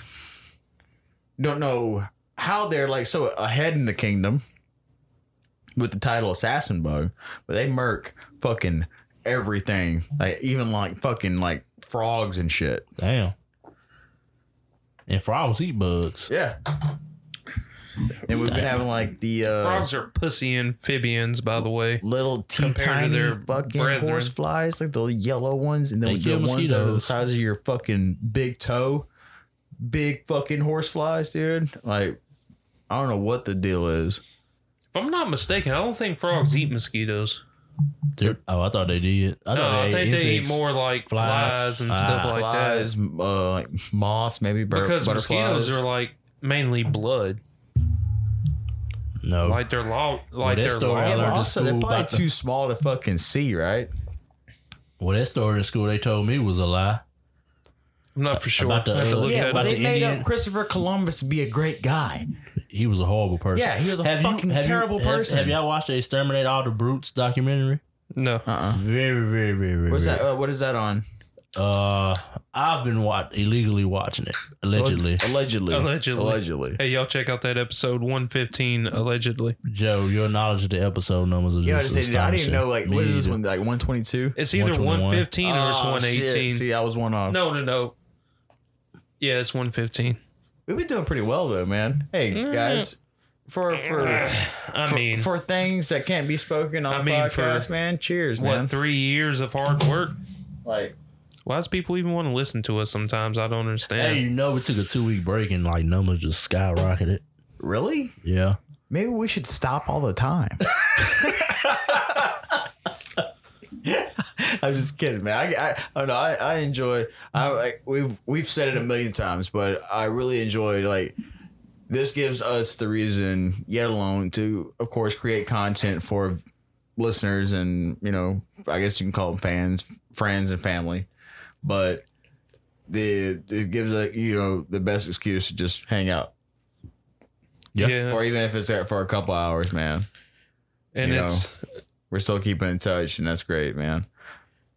Speaker 2: Don't know how they're like so ahead in the kingdom with the title assassin bug, but they murk fucking everything, like even like fucking like frogs and shit.
Speaker 4: Damn. And frogs eat bugs.
Speaker 2: Yeah. And we've been having like the uh,
Speaker 1: Frogs are pussy amphibians, by the way.
Speaker 2: little tea
Speaker 1: Compared to
Speaker 2: tiny
Speaker 1: their
Speaker 2: fucking
Speaker 1: brethren.
Speaker 2: horse flies, like the yellow ones, and then
Speaker 4: They
Speaker 2: we
Speaker 4: kill
Speaker 2: get ones that are the
Speaker 4: mosquitoes.
Speaker 2: size of your fucking big toe. Big fucking horse flies, dude. Like, I don't know what the deal is.
Speaker 1: If I'm not mistaken, I don't think frogs eat mosquitoes.
Speaker 4: They're- oh, I thought they did. I thought
Speaker 1: No,
Speaker 4: they
Speaker 1: I
Speaker 4: ate
Speaker 1: think they eat
Speaker 4: insects.
Speaker 1: more like
Speaker 4: flies.
Speaker 1: flies, and
Speaker 4: Ah.
Speaker 1: stuff like
Speaker 2: flies, uh, like moths, maybe
Speaker 1: that.
Speaker 2: bur-
Speaker 1: Because
Speaker 2: butterflies.
Speaker 1: mosquitoes are like mainly blood.
Speaker 4: No.
Speaker 1: Like they're long, like
Speaker 4: that
Speaker 1: they're
Speaker 4: story I
Speaker 1: long.
Speaker 2: and
Speaker 4: learned in
Speaker 2: also, they're
Speaker 4: school
Speaker 2: probably
Speaker 4: about the-
Speaker 2: too small to fucking see, right?
Speaker 4: well, that story in school they told me was a lie.
Speaker 1: I'm not for sure.
Speaker 4: About the-
Speaker 1: I have to look
Speaker 4: Yeah,
Speaker 1: that
Speaker 4: but
Speaker 1: up.
Speaker 4: they- made Indian- up
Speaker 2: Christopher Columbus to be a great guy.
Speaker 4: He was a horrible person.
Speaker 2: Yeah, he was a fucking terrible
Speaker 4: have-
Speaker 2: person.
Speaker 4: Have, y'all watched the Exterminate All the Brutes documentary?
Speaker 1: No.
Speaker 2: Uh uh
Speaker 4: Very, very, very, very.
Speaker 2: What's that? Uh, what is that on?
Speaker 4: Uh, I've been wa- illegally watching it allegedly.
Speaker 2: Allegedly.
Speaker 1: Allegedly.
Speaker 2: Allegedly.
Speaker 1: Hey, y'all check out that episode 115 allegedly.
Speaker 4: Joe, your knowledge of the episode numbers are
Speaker 2: Yeah, I,
Speaker 4: just
Speaker 2: just, I didn't
Speaker 4: astonishing.
Speaker 2: know. Like,
Speaker 4: Me
Speaker 2: what is this
Speaker 4: either.
Speaker 2: one? Like one twenty two?
Speaker 1: It's either
Speaker 4: 121.
Speaker 1: 115 or it's 118.
Speaker 2: Oh, See, I was one off.
Speaker 1: No, no, no. Yeah, it's 115.
Speaker 2: We've been doing pretty well though, man. Hey
Speaker 1: Mm.
Speaker 2: guys, for for.
Speaker 1: I
Speaker 2: for,
Speaker 1: mean,
Speaker 2: for things that can't be spoken on
Speaker 1: I
Speaker 2: a
Speaker 1: mean, for-
Speaker 2: podcast, man. Cheers,
Speaker 1: what,
Speaker 2: man.
Speaker 1: three years of hard work?
Speaker 2: Like,
Speaker 1: Why does people even want to listen to us sometimes? I don't
Speaker 4: Hey,
Speaker 1: understand.
Speaker 4: you know, we took a two week break and like numbers just skyrocketed.
Speaker 2: really?
Speaker 4: Yeah.
Speaker 2: Maybe we should stop all the time. I'm just kidding, man. I, I, I don't know. I, I enjoy. I like we've we've said it a million times, but I really enjoyed like this gives us the reason yet alone to of course create content for listeners and you know I guess you can call them fans, friends, and family, but the it gives a you know the best excuse to just hang out
Speaker 4: Yeah.
Speaker 1: yeah.
Speaker 2: or even if it's there for a couple hours, man.
Speaker 1: And
Speaker 2: you
Speaker 1: it's
Speaker 2: We're still keeping in touch, and that's great, man.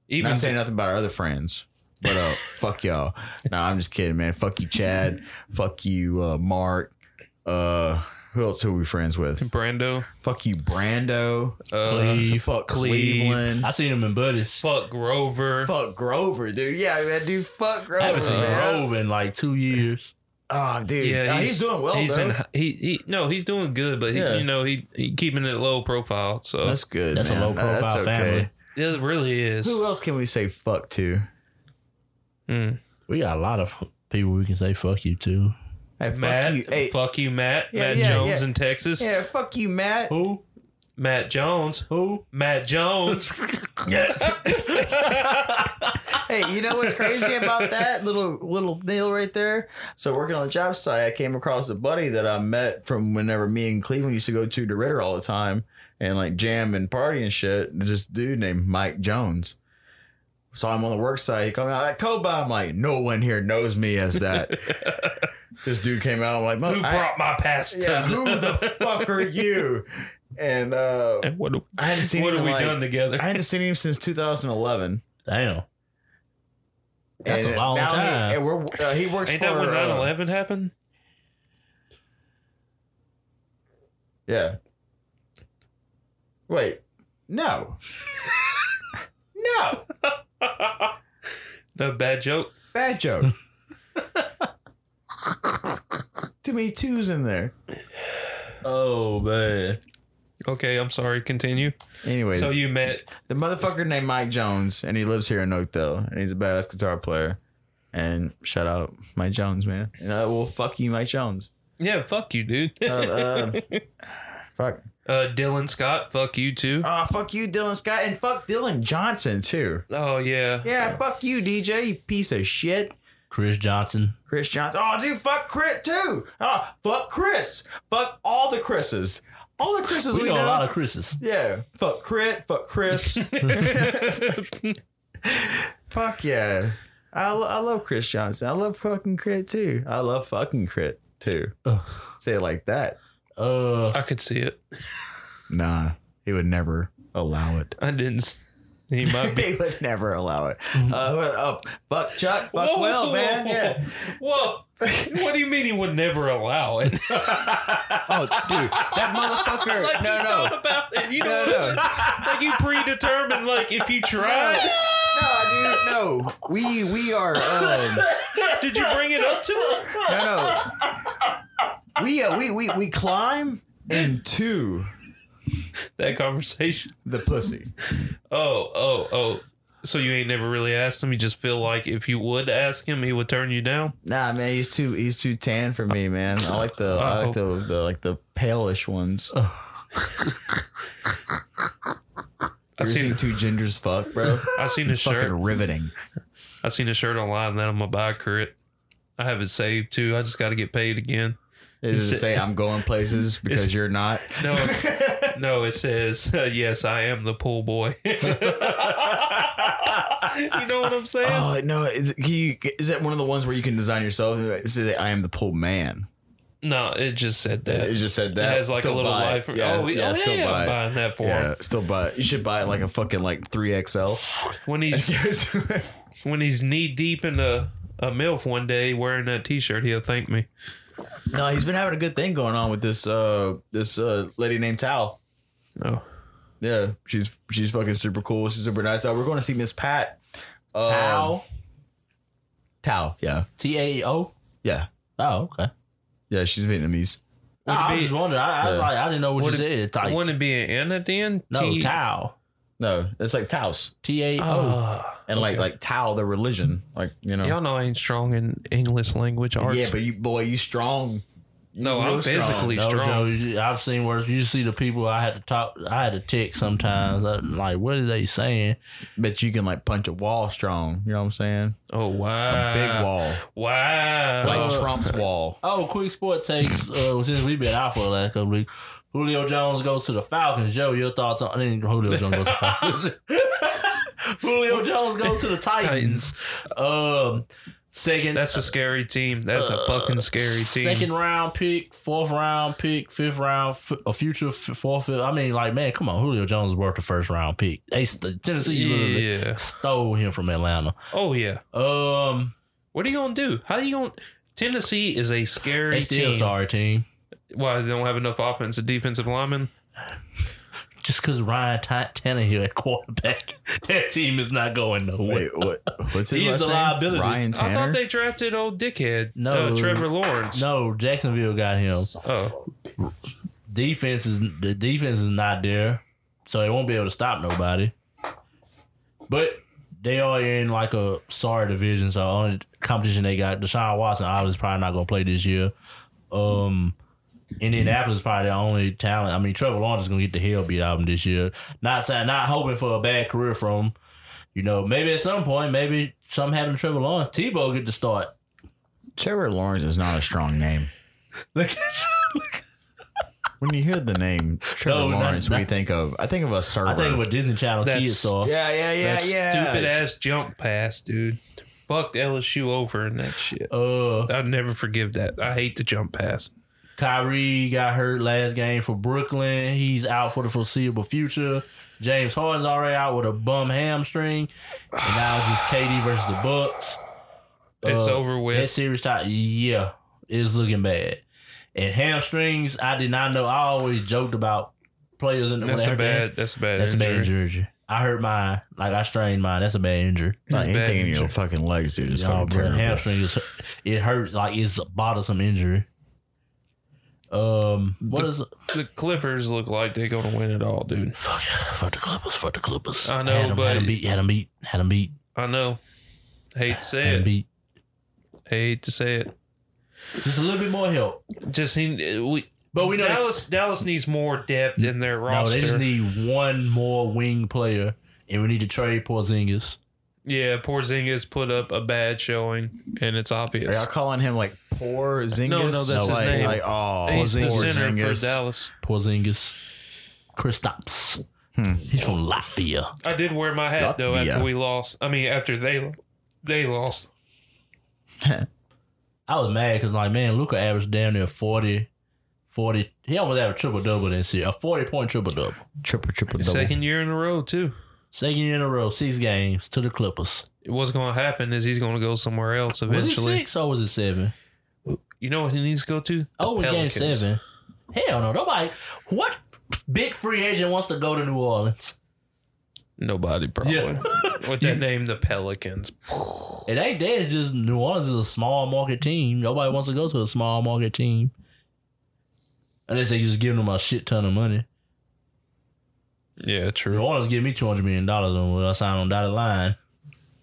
Speaker 1: even
Speaker 2: Not saying nothing about our other friends, but uh, fuck y'all. No, I'm just kidding, man. Fuck you, Chad. Fuck you, uh, Mark. Uh, who else are we friends with?
Speaker 1: Brando.
Speaker 2: Fuck you, Brando.
Speaker 1: Uh,
Speaker 4: Cleve.
Speaker 2: Fuck
Speaker 1: Cleve.
Speaker 2: Cleveland.
Speaker 4: I seen him in Buddies.
Speaker 1: Fuck Grover.
Speaker 2: Fuck Grover, dude. Yeah, man, dude. Fuck
Speaker 4: I
Speaker 2: Grover,
Speaker 4: haven't seen
Speaker 2: man.
Speaker 4: Grove in like two years.
Speaker 2: Oh, dude.
Speaker 1: Yeah,
Speaker 2: Yeah, he's,
Speaker 1: he's-
Speaker 2: doing well,
Speaker 1: he's
Speaker 2: though.
Speaker 1: in. He, he no, he's doing good, but he,
Speaker 2: Yeah.
Speaker 1: you know, he, he keeping it low profile. So
Speaker 2: that's good.
Speaker 4: That's a
Speaker 2: man.
Speaker 4: low
Speaker 2: That's
Speaker 4: profile family.
Speaker 1: it really is.
Speaker 2: Who else can we say fuck to?
Speaker 1: Mm.
Speaker 4: We got a lot of people we can say fuck you to.
Speaker 2: Hey, fuck
Speaker 1: Matt,
Speaker 2: you. Hey,
Speaker 1: Matt.
Speaker 2: Yeah,
Speaker 1: Matt
Speaker 2: yeah,
Speaker 1: Jones
Speaker 2: yeah.
Speaker 1: in Texas.
Speaker 2: yeah, fuck you, Matt.
Speaker 4: Who?
Speaker 1: Matt Jones.
Speaker 4: Who?
Speaker 1: Matt Jones.
Speaker 2: Hey, you know what's crazy about that little little deal right there? So working on a job site, I came across a buddy that I met from whenever me and Cleveland used to go to the Ritter all the time and like jam and party and shit. This dude named Mike Jones. Saw him on the work site. He called me out like Koba. I'm like, no one here knows me as that. this dude came out. I'm like,
Speaker 1: Who
Speaker 2: "Mother- I-
Speaker 1: brought my past?
Speaker 2: yeah, who the fuck are you? And uh,
Speaker 1: And what
Speaker 2: I hadn't seen
Speaker 1: what
Speaker 2: him
Speaker 1: have
Speaker 2: in,
Speaker 1: we
Speaker 2: like-
Speaker 1: done together?
Speaker 2: I hadn't seen him since 2011.
Speaker 4: Damn. That's
Speaker 2: And
Speaker 4: a long
Speaker 2: now he-
Speaker 4: time.
Speaker 2: and we're, uh, he works
Speaker 1: Ain't
Speaker 2: for.
Speaker 1: that when
Speaker 2: uh,
Speaker 1: 9 11 happened?
Speaker 2: yeah. Wait. No. no.
Speaker 1: No bad joke.
Speaker 2: Bad joke. Too many twos in there.
Speaker 4: Oh man.
Speaker 1: Okay, I'm sorry. Continue.
Speaker 2: Anyway,
Speaker 1: So you met
Speaker 2: the motherfucker named Mike Jones, and he lives here in Oakdale, and he's a badass guitar player. And shout out Mike Jones, man. And I will fuck you, Mike Jones.
Speaker 1: Yeah, fuck you, dude.
Speaker 2: Uh, uh, fuck.
Speaker 1: Uh, Dylan Scott, fuck you too.
Speaker 2: Ah, fuck you, Dylan Scott, and fuck Dylan Johnson too.
Speaker 1: Oh yeah.
Speaker 2: Yeah, fuck you, DJ, you piece of shit.
Speaker 4: Chris Johnson.
Speaker 2: Chris Johnson. Oh, dude, fuck Chris too. Oh, fuck Chris. Fuck all the Chris's. All the Chris's
Speaker 4: We
Speaker 2: we,
Speaker 4: know
Speaker 2: know.
Speaker 4: a lot of Chris's.
Speaker 2: yeah. Fuck Crit. Fuck Chris. fuck yeah. I, lo- I love Chris Johnson. I love fucking Crit too. I love fucking Crit too.
Speaker 4: Ugh.
Speaker 2: Say it like that.
Speaker 4: Uh,
Speaker 1: I could see it.
Speaker 2: Nah, he would never allow it.
Speaker 1: I didn't. s- He might be.
Speaker 2: he would never allow it.
Speaker 4: Mm-hmm.
Speaker 2: Uh, who- oh, fuck Chuck, fuck
Speaker 1: Whoa,
Speaker 2: Will,
Speaker 1: whoa,
Speaker 2: man.
Speaker 1: whoa,
Speaker 2: Yeah.
Speaker 1: Whoa. What do you mean he would never allow it?
Speaker 2: Oh, dude, that motherfucker.
Speaker 1: like
Speaker 2: no,
Speaker 1: you
Speaker 2: no,
Speaker 1: thought about it. You know
Speaker 2: No,
Speaker 1: what
Speaker 2: no.
Speaker 1: I'm saying? Like you predetermined. Like if you tried,
Speaker 2: no, dude, no. We we are. Um,
Speaker 1: did you bring it up to him?
Speaker 2: no, no. We uh, we we we climb into
Speaker 1: That conversation.
Speaker 2: the pussy.
Speaker 1: Oh, oh, oh. So you ain't never really asked him. You just feel like if you would ask him, he would turn you down.
Speaker 2: Nah, man, he's too he's too tan for me, man. I like the I like the, the like the palish ones.
Speaker 1: I
Speaker 2: You're
Speaker 1: seen,
Speaker 2: seeing two gingers fuck, bro.
Speaker 1: I seen his
Speaker 2: It's
Speaker 1: shirt.
Speaker 2: fucking riveting.
Speaker 1: I seen a shirt online that I'm gonna buy, Crit. I have it saved too. I just got to get paid again.
Speaker 2: It is to say I'm going places because you're not.
Speaker 1: No, no, it says uh, yes. I am the pool boy. you know what I'm saying?
Speaker 2: Oh no! Is, can you, is that one of the ones where you can design yourself? It says I am the pull man.
Speaker 1: no, it just said that.
Speaker 2: It just said that.
Speaker 1: it has like
Speaker 2: Still
Speaker 1: a little
Speaker 2: buy it.
Speaker 1: life.
Speaker 2: Yeah,
Speaker 1: oh,
Speaker 2: yeah,
Speaker 1: yeah,
Speaker 2: still
Speaker 1: yeah,
Speaker 2: buy
Speaker 1: I'm
Speaker 2: it.
Speaker 1: buying that for him.
Speaker 2: Yeah, still buy it. You should buy it like a fucking like three XL.
Speaker 1: When he's when he's knee deep in a a milf one day wearing that T-shirt, he'll thank me.
Speaker 2: no, he's been having a good thing going on with this uh this uh lady named Tal.
Speaker 1: Oh,
Speaker 2: Yeah, she's she's fucking super cool. She's super nice. Uh, we're going to see Miss Pat. Um,
Speaker 4: Tao.
Speaker 2: Tao. Yeah.
Speaker 4: T A O.
Speaker 2: Yeah.
Speaker 4: Oh, okay.
Speaker 2: Yeah. She's Vietnamese.
Speaker 4: No,
Speaker 1: Would it
Speaker 4: I was
Speaker 1: be-
Speaker 4: just wondering. I, I was
Speaker 2: Yeah.
Speaker 4: like, I didn't know what
Speaker 1: Would
Speaker 4: you said. Like,
Speaker 1: wouldn't it be an N at the end?
Speaker 4: no,
Speaker 1: T-
Speaker 4: Tao.
Speaker 2: No, it's like Taos
Speaker 4: T A O.
Speaker 1: Ah.
Speaker 2: Oh. and like like Tao, the religion. Like you know.
Speaker 1: y'all know I ain't strong in English language arts.
Speaker 2: Yeah, but you boy, you strong.
Speaker 1: no,
Speaker 2: real
Speaker 1: I'm
Speaker 2: strong.
Speaker 1: physically
Speaker 4: No,
Speaker 1: strong.
Speaker 4: Joe, you- I've seen worse. You see the people I had to talk, I had to text sometimes. I'm like, what are they saying?
Speaker 2: But you can like punch a wall strong. You know what I'm saying?
Speaker 1: Oh wow!
Speaker 2: A big wall,
Speaker 1: Wow!
Speaker 2: like Trump's wall.
Speaker 4: Oh, quick sport takes. Uh, since we've been out for the last couple weeks, Julio Jones goes to the Falcons. Joe, your thoughts on? I didn't Julio Jones goes to the Falcons.
Speaker 1: Oh.
Speaker 4: Julio Jones goes to the Titans. Um, second. uh,
Speaker 1: That's a scary team. That's a fucking scary
Speaker 2: Uh,
Speaker 1: team.
Speaker 4: Second round pick, fourth round pick, fifth round, f- a future f- fourth. Fifth, I mean, like, man, come on, Julio Jones is worth the first round pick. They st- Tennessee literally
Speaker 1: yeah.
Speaker 4: stole him from Atlanta.
Speaker 1: Oh yeah.
Speaker 4: Um,
Speaker 1: What are you gonna do? How you gonna? Tennessee is a scary
Speaker 4: they still
Speaker 1: team.
Speaker 4: sorry team.
Speaker 1: Why they don't have enough offensive defensive linemen?
Speaker 4: Just because Ryan T- Tannehill at quarterback, that team is not going nowhere.
Speaker 2: Wait, what? What's his
Speaker 4: He's
Speaker 2: last
Speaker 4: the
Speaker 2: name?
Speaker 4: liability.
Speaker 2: Ryan
Speaker 1: I thought
Speaker 2: Tanner.
Speaker 1: they drafted old dickhead.
Speaker 4: No.
Speaker 1: uh, Trevor Lawrence.
Speaker 4: No, Jacksonville got him.
Speaker 1: Oh,
Speaker 4: Defense is the defense is not there, so they won't be able to stop nobody. But they are in like a sorry division, so only competition they got. Deshaun Watson obviously probably not going to play this year. Um, Indianapolis is probably their only talent. I mean, Trevor Lawrence is going to get the hell beat out of him this year. Not saying, not hoping for a bad career from him. You know, maybe at some point, maybe something happened to Trevor Lawrence. Tebow get the start.
Speaker 2: Trevor Lawrence is not a strong name.
Speaker 4: Look at you. Look at-
Speaker 2: When you hear the name Trevor
Speaker 4: No, not-
Speaker 2: Lawrence, what do you
Speaker 4: not-
Speaker 2: think of? I think of a server.
Speaker 4: I think of a Disney Channel
Speaker 1: That's-
Speaker 4: kid saw.
Speaker 2: yeah, yeah, yeah,
Speaker 1: that
Speaker 2: yeah.
Speaker 1: stupid ass jump pass, dude. Fucked LSU over in that shit.
Speaker 4: Uh,
Speaker 1: I'll never forgive that. I hate the jump pass.
Speaker 4: Kyrie got hurt last game for Brooklyn. He's out for the foreseeable future. James Harden's already out with a bum hamstring. And now it's just KD versus the Bucks.
Speaker 1: It's
Speaker 4: Uh,
Speaker 1: over
Speaker 4: That
Speaker 1: with.
Speaker 4: series tie, yeah, is looking bad. And hamstrings, I did not know. I always joked about players in the
Speaker 1: That's
Speaker 4: when
Speaker 1: a
Speaker 4: they hurt their-
Speaker 1: bad. That's a bad.
Speaker 4: That's a bad
Speaker 1: injury.
Speaker 4: injury. I hurt mine. Like I strained mine. That's a bad injury.
Speaker 2: Like,
Speaker 1: Bad
Speaker 2: anything in your
Speaker 1: injury.
Speaker 2: fucking legs, dude, is
Speaker 4: Y'all,
Speaker 2: fucking
Speaker 4: bro,
Speaker 2: terrible.
Speaker 4: hamstring is it hurts like it's a bothersome injury. Um, what
Speaker 1: The-
Speaker 4: is
Speaker 1: The Clippers look like they're gonna win it all, dude.
Speaker 4: Fuck, fuck the Clippers, fuck the Clippers.
Speaker 1: I know,
Speaker 4: had 'em-
Speaker 1: but-
Speaker 4: had 'em beat, had 'em beat, had 'em beat,
Speaker 1: I know. Hate to
Speaker 4: had
Speaker 1: say
Speaker 4: 'em
Speaker 1: it.
Speaker 4: beat.
Speaker 1: Hate to say it.
Speaker 4: Just a little bit more help.
Speaker 1: Just need uh, we.
Speaker 4: But we know
Speaker 1: Dallas. Dallas needs more depth in their
Speaker 4: no,
Speaker 1: roster.
Speaker 4: they just need one more wing player, and we need to trade Porzingis.
Speaker 1: yeah, Porzingis put up a bad showing, and it's
Speaker 2: Are y'all
Speaker 1: obvious.
Speaker 2: calling him like poor Zingus?
Speaker 1: no, that's his
Speaker 2: like,
Speaker 1: name.
Speaker 2: Like, oh,
Speaker 1: He's the
Speaker 2: poor
Speaker 1: center
Speaker 2: Zingus.
Speaker 1: for Dallas.
Speaker 4: Porzingis, Kristaps.
Speaker 2: Hmm.
Speaker 4: He's from Latvia.
Speaker 1: I did wear my hat though
Speaker 2: Latvia.
Speaker 1: after we lost. I mean, after they They lost.
Speaker 4: I was mad because like man, Luca averaged damn near 40, 40 He almost had a triple double this year, a forty point triple double.
Speaker 3: Triple, triple, double.
Speaker 1: Second year in a row too.
Speaker 4: Second year in a row, six games to the Clippers.
Speaker 1: What's going to happen is he's going to go somewhere else
Speaker 4: Was it
Speaker 1: eventually.
Speaker 4: six or was it seven?
Speaker 1: You know what he needs to go to? The
Speaker 4: Oh, in game
Speaker 1: Pelicans.
Speaker 4: seven. Hell no, nobody. What big free agent wants to go to New Orleans?
Speaker 1: Nobody probably.
Speaker 4: Yeah.
Speaker 1: With
Speaker 4: You-
Speaker 1: that name, the Pelicans.
Speaker 4: It ain't that. It's just New Orleans is a small market team. Nobody wants to go to a small market team. Unless they just give them a shit ton of money.
Speaker 1: Yeah,
Speaker 4: New
Speaker 1: true.
Speaker 4: Orleans give me two hundred million dollars on what I sign on dotted line,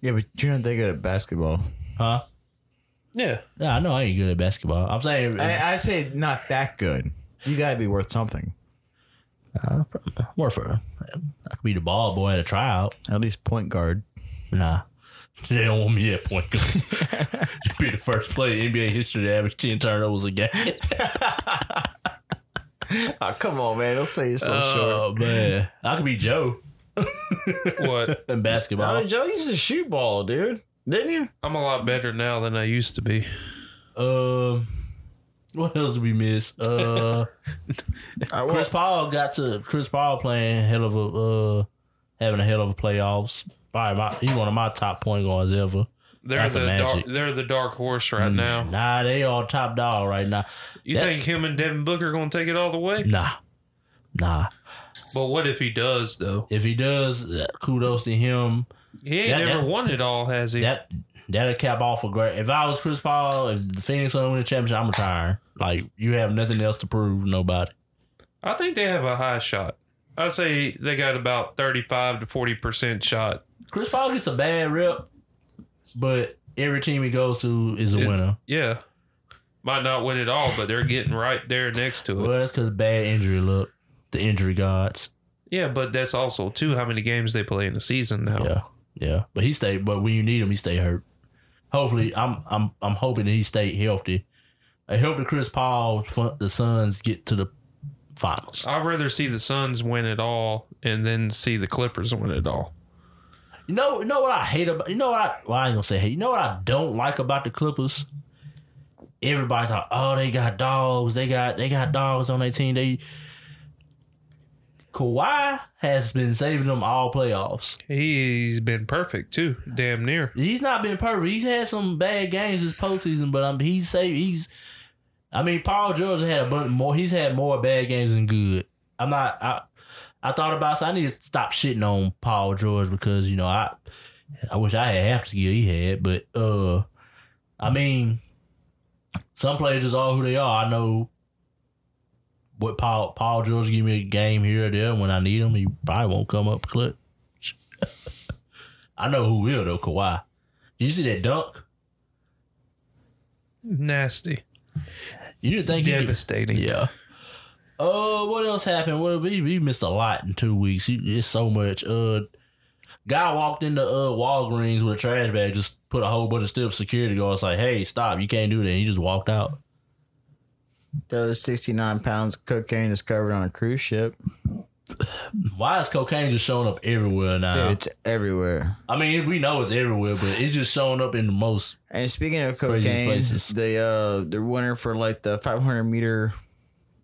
Speaker 2: Yeah, but you're not that good at basketball.
Speaker 4: huh?
Speaker 1: Yeah.
Speaker 4: Yeah, I know I ain't good at basketball. I'm saying
Speaker 2: I, I say not that good. You got to be worth something.
Speaker 4: Uh, more for I could be the ball boy at a tryout.
Speaker 2: At least point guard.
Speaker 4: Nah. They don't want me at point guard. You'd be the first player in NBA history to average 10 turnovers a game.
Speaker 2: Oh, come on, man. Don't say you're so
Speaker 4: Oh, man. I could be Joe
Speaker 1: What?
Speaker 4: in basketball.
Speaker 2: Uh, Joe used to shoot ball, dude. Didn't you?
Speaker 1: I'm a lot better now than I used to be.
Speaker 4: Um, what else did we miss? Uh,
Speaker 2: I
Speaker 4: Chris Paul got to Chris Paul playing hell of a uh, having a hell of a playoffs. Probably my, he's one of my top point guards ever.
Speaker 1: They're
Speaker 4: That's
Speaker 1: the dark,
Speaker 4: magic.
Speaker 1: they're the dark horse right now.
Speaker 4: Nah, they all top dog right now.
Speaker 1: You
Speaker 4: That- Mm.
Speaker 1: think him and Devin Booker going to take it all the way?
Speaker 4: Nah, nah.
Speaker 1: But what if he does though?
Speaker 4: If he does, uh, kudos to him.
Speaker 1: He ain't
Speaker 4: That-
Speaker 1: never
Speaker 4: that-
Speaker 1: won it all, has he?
Speaker 4: That that'll cap off a great. If I was Chris Paul, if the Phoenix don't win the championship, I'm retiring. Like you have nothing else to prove, nobody.
Speaker 1: I think they have a high shot. I'd say they got about 35 to 40% shot.
Speaker 4: Chris Paul gets a bad rep, but every team he goes to is a
Speaker 1: It-
Speaker 4: winner.
Speaker 1: Yeah. Might not win it all, but they're getting right there next to it.
Speaker 4: Well, that's because bad injury luck. The injury gods.
Speaker 1: Yeah, but that's also too how many games they play in the season now.
Speaker 4: Yeah, yeah. But he stayed. But when you need him, he stay hurt. Hopefully, I'm I'm I'm hoping that he stayed healthy. I hope that Chris Paul, fun- the Suns, get to the finals.
Speaker 1: I'd rather see the Suns win it all and then see the Clippers win it all.
Speaker 4: You know, you know what I hate about you know what I well I ain't gonna say hate. You know what I don't like about the Clippers? Everybody's like, oh, they got dogs. They got they got dogs on their team. They Kawhi has been saving them all playoffs.
Speaker 1: He's been perfect too, damn near.
Speaker 4: He's not been perfect. He's had some bad games this postseason, but I'm he's saved. He's I mean, Paul George had a bunch more. He's had more bad games than good. I'm not. I I thought about. So I need to stop shitting on Paul George because you know I I wish I had half the skill he had, but uh, I mean, some players just are who they are. I know what Paul Paul George give me a game here or there when I need him. He probably won't come up clutch. I know who will though. Kawhi. Did you see that dunk?
Speaker 1: Nasty.
Speaker 4: You didn't think he could-
Speaker 1: Devastating.
Speaker 4: Yeah. Uh, what else happened? Well, we, we missed a lot in two weeks. He- It's so much. Uh, guy walked into uh Walgreens with a trash bag, just put a whole bunch of stiff security guards like, "Hey, stop! You can't do that." He just walked out.
Speaker 2: The other 69 pounds of cocaine discovered on a cruise ship.
Speaker 4: Why is cocaine just showing up everywhere now?
Speaker 2: Dude, it's everywhere.
Speaker 4: I mean, we know it's everywhere, but it's just showing up in the most.
Speaker 2: And speaking of
Speaker 4: Craziest
Speaker 2: cocaine,
Speaker 4: places.
Speaker 2: the uh the winner for like the 500 meter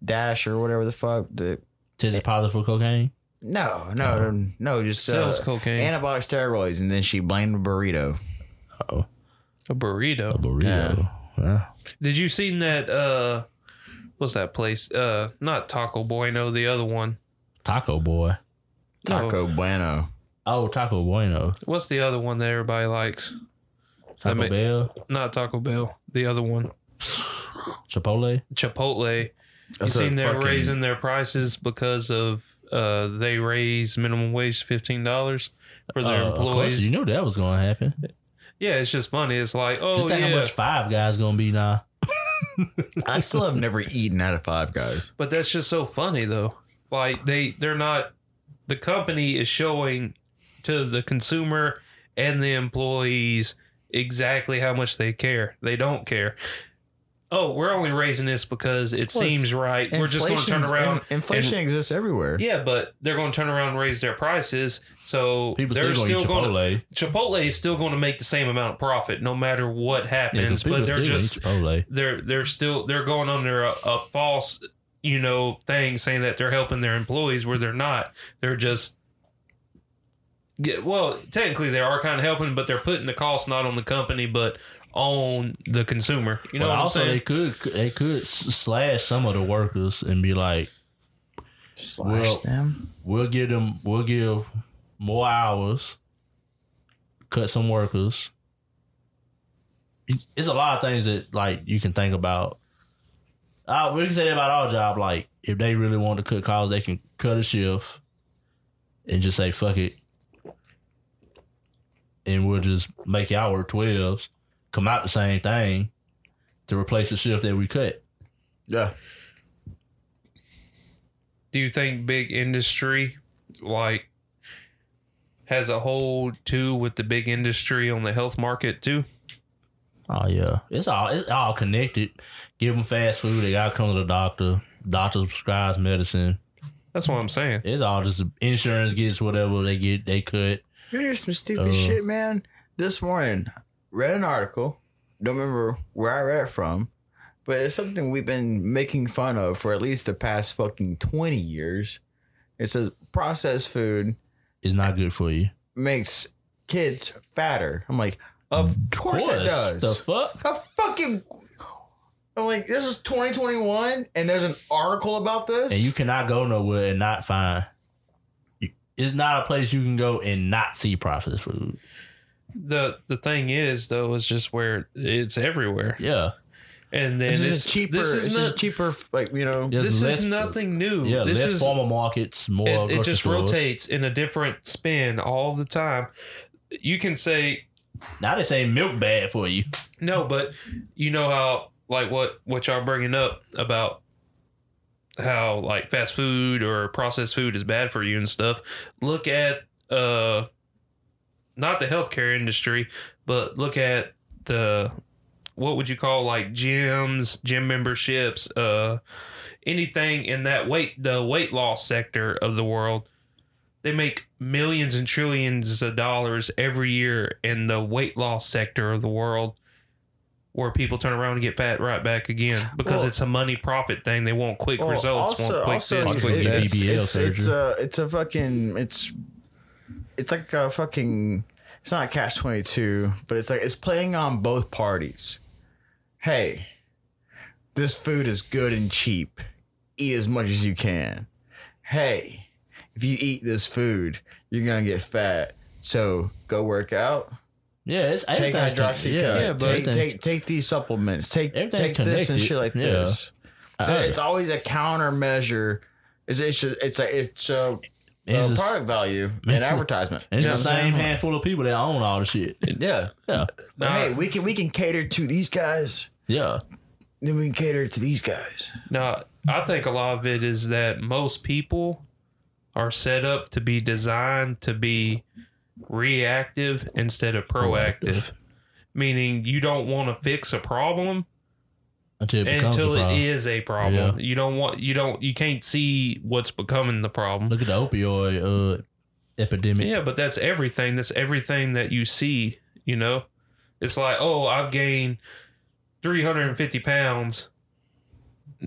Speaker 2: dash or whatever the fuck. The,
Speaker 4: Tested positive for cocaine.
Speaker 2: no, no, no, just uh,
Speaker 1: Sells Oh. cocaine.
Speaker 2: anabolic steroids, and then she blamed the burrito.
Speaker 4: Oh,
Speaker 1: a burrito.
Speaker 4: burrito. Yeah.
Speaker 1: Did you seen that uh what's that place? Uh not Taco Bueno, the other one. Oh,
Speaker 4: Taco boy.
Speaker 2: Taco Bueno.
Speaker 4: Oh, Taco Bueno.
Speaker 1: What's the other one that everybody likes?
Speaker 4: Taco
Speaker 1: mean-
Speaker 4: Bell.
Speaker 1: Not Taco Bell. The other one.
Speaker 4: Chipotle.
Speaker 1: Chipotle. You
Speaker 2: That's a
Speaker 1: seen they're
Speaker 2: fucking-
Speaker 1: raising their prices because of uh they raise minimum wage fifteen dollars for their
Speaker 4: Uh, of course,
Speaker 1: employees.
Speaker 4: you knew that was going to happen.
Speaker 1: Yeah, it's just funny. It's like, oh
Speaker 4: Just think
Speaker 1: yeah,
Speaker 4: how much Five Guys gonna be now.
Speaker 2: I still have never eaten out of Five Guys.
Speaker 1: but that's just so funny though. Like they they're not the company is showing to the consumer and the employees exactly how much they care. They don't care. oh, we're only raising this because it
Speaker 2: Well,
Speaker 1: seems right. We're just going to turn
Speaker 2: Inflation's-
Speaker 1: around.
Speaker 2: in- Inflation exists everywhere.
Speaker 1: Yeah, but they're going to turn around and raise their prices. So
Speaker 4: People
Speaker 1: they're
Speaker 4: still gonna
Speaker 1: still
Speaker 4: eat
Speaker 1: going to.
Speaker 4: Chipotle.
Speaker 1: Chipotle is still going to make the same amount of profit no matter what
Speaker 4: Yeah, 'cause
Speaker 1: happens,
Speaker 4: people
Speaker 1: but they're
Speaker 4: still gonna eat
Speaker 1: just
Speaker 4: Chipotle.
Speaker 1: they're they're still they're going under a, a false you know thing saying that they're helping their employees where they're not they're just get, well technically they are kind of helping but they're putting the cost not on the company but on the consumer you know
Speaker 4: But
Speaker 1: what
Speaker 4: also
Speaker 1: I'm
Speaker 4: they
Speaker 1: saying
Speaker 4: could they could s- slash some of the workers and be like,
Speaker 2: Slash
Speaker 4: Well-
Speaker 2: them.
Speaker 4: we'll give them we'll give more hours, cut some workers. It's a lot of things that like you can think about. Uh, we can say that about our job. Like if they really want to cut calls, they can cut a shift and just say fuck it, and we'll just make y'all work twelves, come out the same thing to replace the shift that we cut.
Speaker 2: Yeah.
Speaker 1: do you think big industry like has a hold too with the big industry on the health market too
Speaker 4: Oh yeah, it's all it's all connected. Give them fast food. They got to come to the doctor. Doctor prescribes medicine.
Speaker 1: that's what I'm saying
Speaker 4: It's all just insurance gets whatever they get. They cut.
Speaker 2: You hear some stupid
Speaker 4: Uh.
Speaker 2: shit, man. This morning, read an article. Don't remember where I read it from, but it's something we've been making fun of for at least the past fucking twenty years. It says processed food
Speaker 4: It's not good for you.
Speaker 2: makes kids fatter. I'm like, of course, it does.
Speaker 4: The fuck?
Speaker 2: a fucking. I'm like, this is 2021, and there's an article about this.
Speaker 4: And you cannot go nowhere and not find. you- It's not a place you can go and not see processed food.
Speaker 1: the the thing is though is just where it's everywhere
Speaker 4: Yeah,
Speaker 1: and then
Speaker 2: this
Speaker 1: it's
Speaker 2: is cheaper.
Speaker 1: This is,
Speaker 2: this
Speaker 1: not,
Speaker 2: is cheaper, like you know.
Speaker 4: There's
Speaker 1: this
Speaker 4: less-
Speaker 1: is nothing new.
Speaker 4: Yeah,
Speaker 1: this
Speaker 4: less
Speaker 1: is
Speaker 4: formal markets, more.
Speaker 1: it, it
Speaker 4: grocery
Speaker 1: just
Speaker 4: stores.
Speaker 1: rotates in a different spin all the time. You can say
Speaker 4: Now they say milk bad for you.
Speaker 1: no, but you know how like what what y'all bringing up about how like fast food or processed food is bad for you and stuff. Look at uh not the healthcare industry, but look at the what would you call like gyms, gym memberships, uh anything in that weight the weight loss sector of the world. They make millions and trillions of dollars every year in the weight loss sector of the world where people turn around and get fat right back again because
Speaker 2: Well-
Speaker 1: it's a money profit thing. They want quick
Speaker 2: Well,
Speaker 1: results, want quick this,
Speaker 4: it's-
Speaker 1: quick
Speaker 4: it-
Speaker 1: that.
Speaker 4: it's- BBL
Speaker 2: it's, it's
Speaker 4: surgery.
Speaker 2: a it's a fucking it's it's like a fucking it's not a catch twenty two, but it's like it's playing on both parties. Hey, this food is good and cheap. Eat as much as you can. Hey, if you eat this food, you're gonna get fat. So go work out.
Speaker 4: Yeah, it's
Speaker 2: Take
Speaker 4: everything's con-
Speaker 2: hydroxycut.
Speaker 4: Yeah, yeah, but
Speaker 2: take,
Speaker 4: everything-
Speaker 2: take take these supplements. Take take
Speaker 4: Everything's
Speaker 2: this and
Speaker 4: connected.
Speaker 2: shit like
Speaker 4: Yeah.
Speaker 2: this.
Speaker 4: I-
Speaker 2: It's always a countermeasure. It's it's just, it's a it's a, a
Speaker 4: it's just-
Speaker 2: product value and
Speaker 4: it's-
Speaker 2: advertisement.
Speaker 4: And it's
Speaker 2: You know
Speaker 4: the
Speaker 2: what I'm
Speaker 4: same
Speaker 2: saying?
Speaker 4: handful of people that own all the shit.
Speaker 2: Yeah.
Speaker 4: Yeah.
Speaker 2: But
Speaker 1: Nah.
Speaker 2: hey, we can we can cater to these guys.
Speaker 4: Yeah.
Speaker 2: Then we can cater to these guys.
Speaker 1: No, I think a lot of it is that most people are set up to be designed to be reactive instead of proactive.
Speaker 4: Proactive.
Speaker 1: Meaning you don't want to fix a problem
Speaker 4: Until it becomes
Speaker 1: until
Speaker 4: a problem.
Speaker 1: it is a problem. You don't want you don't you can't see what's becoming the problem.
Speaker 4: Look at the opioid uh, epidemic.
Speaker 1: Yeah, but that's everything. That's everything that you see, you know? It's like, oh, I've gained 350 pounds.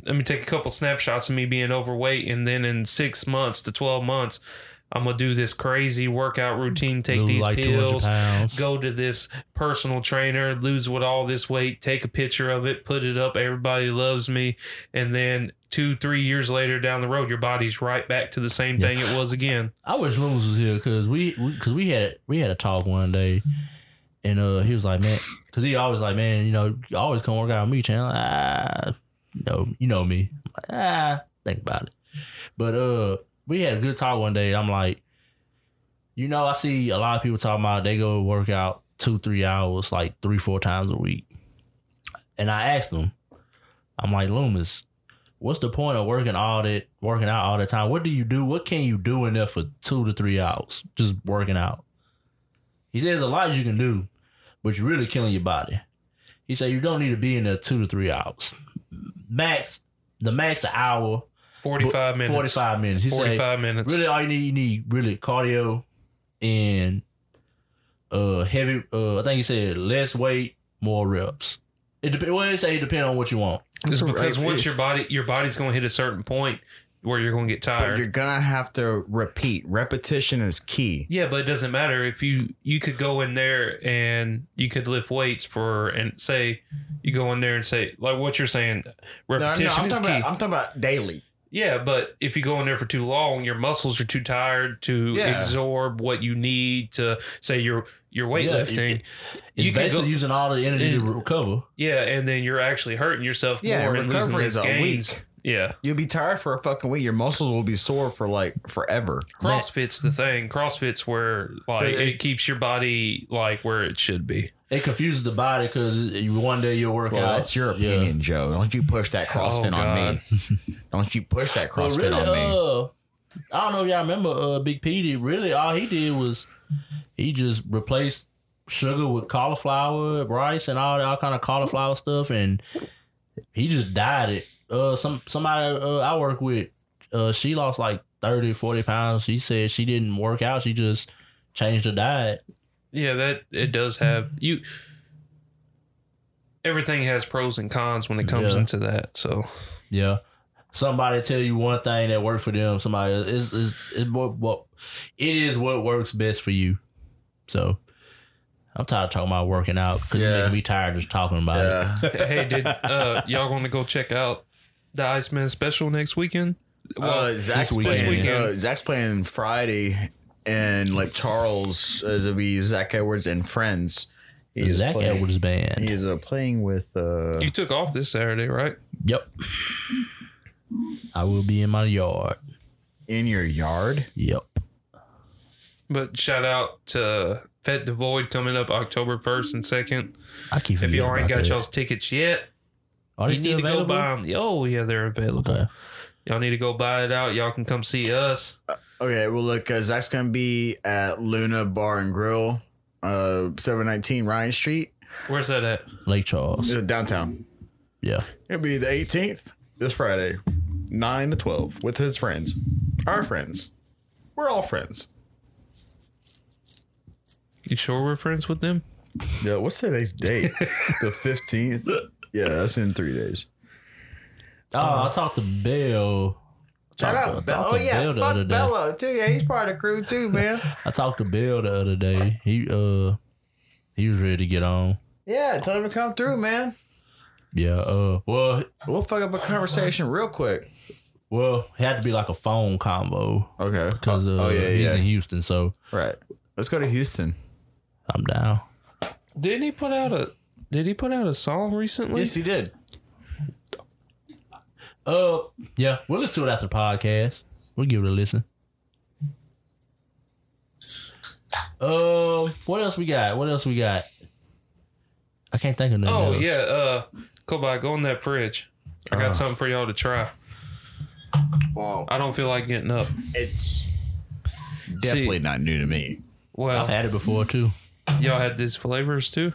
Speaker 1: Let me take a couple snapshots of me being overweight. And then in six months to 12 months, I'm going to do this crazy workout routine, take
Speaker 4: Lose
Speaker 1: these
Speaker 4: like 200
Speaker 1: pills,
Speaker 4: pounds.
Speaker 1: go to this personal trainer, lose with all this weight, take a picture of it, put it up. Everybody loves me. And then two, three years later down the road, your body's right back to the same
Speaker 4: Yeah.
Speaker 1: thing it was again.
Speaker 4: I wish Loomis was here because we because we, had we had a talk one day, and uh he was like, man, because he always like, man, you know, you always come work out with me, Chan. I'm like, Ah, no, you know me. I'm like, ah, think about it. But uh, we had a good talk one day. and I'm like, you know, I see a lot of people talking about they go work out two, three hours, like three, four times a week. And I asked him, I'm like, Loomis, what's the point of working all that working out all the time? What do you do? What can you do in there for two to three hours? Just working out. He says a lot you can do, but you're really killing your body. He He said you don't need to be in there two to three hours. Max, the max an hour,
Speaker 1: 45 minutes. 45,
Speaker 4: forty-five minutes. He said
Speaker 1: minutes.
Speaker 4: really all you need, you need really cardio and uh heavy. Uh, I think he said less weight, more reps. It depends. Well, he said it depends on what you want.
Speaker 1: It's because
Speaker 2: Right.
Speaker 1: once your body, your body's going to hit a certain point where you're going to get
Speaker 2: But you're
Speaker 1: tired.
Speaker 2: gonna have to repeat. Repetition is key.
Speaker 1: Yeah, but it doesn't matter if you you could go in there and you could lift weights for and say you go in there and say like what you're saying repetition
Speaker 2: I'm,
Speaker 1: is
Speaker 2: talking
Speaker 1: key.
Speaker 2: About, I'm talking about daily.
Speaker 1: Yeah, but if you go in there for too long, your muscles are too tired to
Speaker 2: Yeah.
Speaker 1: absorb what you need to say your your
Speaker 4: Yeah, it-
Speaker 1: weightlifting.
Speaker 4: It's
Speaker 1: You can
Speaker 4: basically
Speaker 1: go-
Speaker 4: using all the energy to
Speaker 1: Yeah.
Speaker 4: recover.
Speaker 1: yeah, and then you're actually hurting yourself
Speaker 2: Yeah,
Speaker 1: more and losing
Speaker 2: recovery is
Speaker 1: these
Speaker 2: a
Speaker 1: gains.
Speaker 2: week.
Speaker 1: Yeah,
Speaker 2: You'll be tired for a fucking week. Your muscles will be sore for like forever.
Speaker 1: CrossFit's the thing. CrossFit's where
Speaker 2: But
Speaker 1: like it
Speaker 2: it's-
Speaker 1: keeps your body like where it should be.
Speaker 4: It confuses the body because one day you'll work
Speaker 2: Well,
Speaker 4: out.
Speaker 2: that's your
Speaker 4: Yeah.
Speaker 2: opinion, Joe. Don't you push
Speaker 1: Oh,
Speaker 2: that CrossFit on me. Don't you push that
Speaker 4: But
Speaker 2: CrossFit on me.
Speaker 4: Uh, I don't know if y'all remember uh, Big Petey. Really, all he did was he just replaced sugar with cauliflower, rice, and all all kind of cauliflower stuff, and he just died it. Uh, some somebody uh, I work with, uh, she lost like 30, 40 pounds. She said she didn't work out. She just changed her diet.
Speaker 1: Yeah, that it does have you. Everything has pros and cons when it comes
Speaker 4: Yeah.
Speaker 1: into that. So
Speaker 4: Yeah. Somebody tell you one thing that worked for them. Somebody is is is what what it is what works best for you. So I'm tired of talking about working out because you
Speaker 2: Yeah.
Speaker 4: make me tired just talking
Speaker 1: uh,
Speaker 4: about it.
Speaker 2: Yeah. Uh,
Speaker 1: hey, did uh, y'all want to go check out the Iceman special next weekend?
Speaker 2: uh, Zach's
Speaker 4: weekend.
Speaker 2: playing.
Speaker 1: This weekend.
Speaker 2: uh, Zach's playing Friday, and like Charles is it be Zach Edwards and friends.
Speaker 4: The
Speaker 2: He's
Speaker 4: Zach
Speaker 2: playing,
Speaker 4: Edwards band.
Speaker 2: He is uh, playing with. Uh,
Speaker 1: You took off this Saturday, right?
Speaker 4: Yep. I will be in my yard.
Speaker 2: in your yard.
Speaker 4: Yep.
Speaker 1: But shout out to Fed the Void coming up October 1st and 2nd.
Speaker 4: I keep
Speaker 1: If
Speaker 4: forgetting
Speaker 1: y'all ain't
Speaker 4: about
Speaker 1: got
Speaker 4: that.
Speaker 1: y'all's tickets yet,
Speaker 4: Are they
Speaker 1: you
Speaker 4: still
Speaker 1: need to go
Speaker 4: available?
Speaker 1: buy them. Oh, yeah, they're available.
Speaker 4: Okay.
Speaker 1: Y'all need to go buy it out. Y'all can come see us.
Speaker 2: Okay, well look, uh, Zach's gonna be at Luna Bar and Grill, uh, seven nineteen Ryan Street,
Speaker 1: Where's that at?
Speaker 4: Lake Charles.
Speaker 2: uh, downtown.
Speaker 4: Yeah.
Speaker 2: It'll be the eighteenth this Friday, nine to twelve, with his friends, our friends. We're all friends.
Speaker 1: You sure we're friends with them?
Speaker 2: Yeah, what's today's date? the fifteenth. Yeah, that's in three days.
Speaker 4: Oh,
Speaker 2: Uh-huh.
Speaker 4: I talked to Bill. Talked
Speaker 2: Shout
Speaker 4: to-
Speaker 2: out,
Speaker 4: I
Speaker 2: Bella.
Speaker 4: talked
Speaker 2: Oh
Speaker 4: to
Speaker 2: yeah,
Speaker 4: Bill the other
Speaker 2: fuck
Speaker 4: day.
Speaker 2: Bella too. Yeah, he's part of the crew too, man.
Speaker 4: I talked to Bill the other day. He uh he was ready to get on.
Speaker 2: yeah, tell him to come through, man.
Speaker 4: Yeah, uh well
Speaker 2: We'll fuck up a conversation real quick.
Speaker 4: well it had to be like a phone combo
Speaker 2: Okay.
Speaker 4: because uh,
Speaker 2: oh yeah,
Speaker 4: he's
Speaker 2: yeah.
Speaker 4: in Houston, so
Speaker 2: Right. Let's go to Houston.
Speaker 4: I'm down.
Speaker 1: Didn't he put out a did he put out a song recently?
Speaker 2: Yes, he did.
Speaker 4: Uh yeah, we'll listen to it after the podcast. We'll give it a listen. Um what else we got? What else we got? I can't think of nothing
Speaker 1: oh
Speaker 4: else.
Speaker 1: yeah, uh Kobai, go in that fridge. I got something for y'all to try.
Speaker 2: Wow.
Speaker 1: I don't feel like getting up.
Speaker 2: It's definitely not new to me.
Speaker 4: I've
Speaker 1: Well,
Speaker 4: had it before too.
Speaker 1: y'all had these flavors too.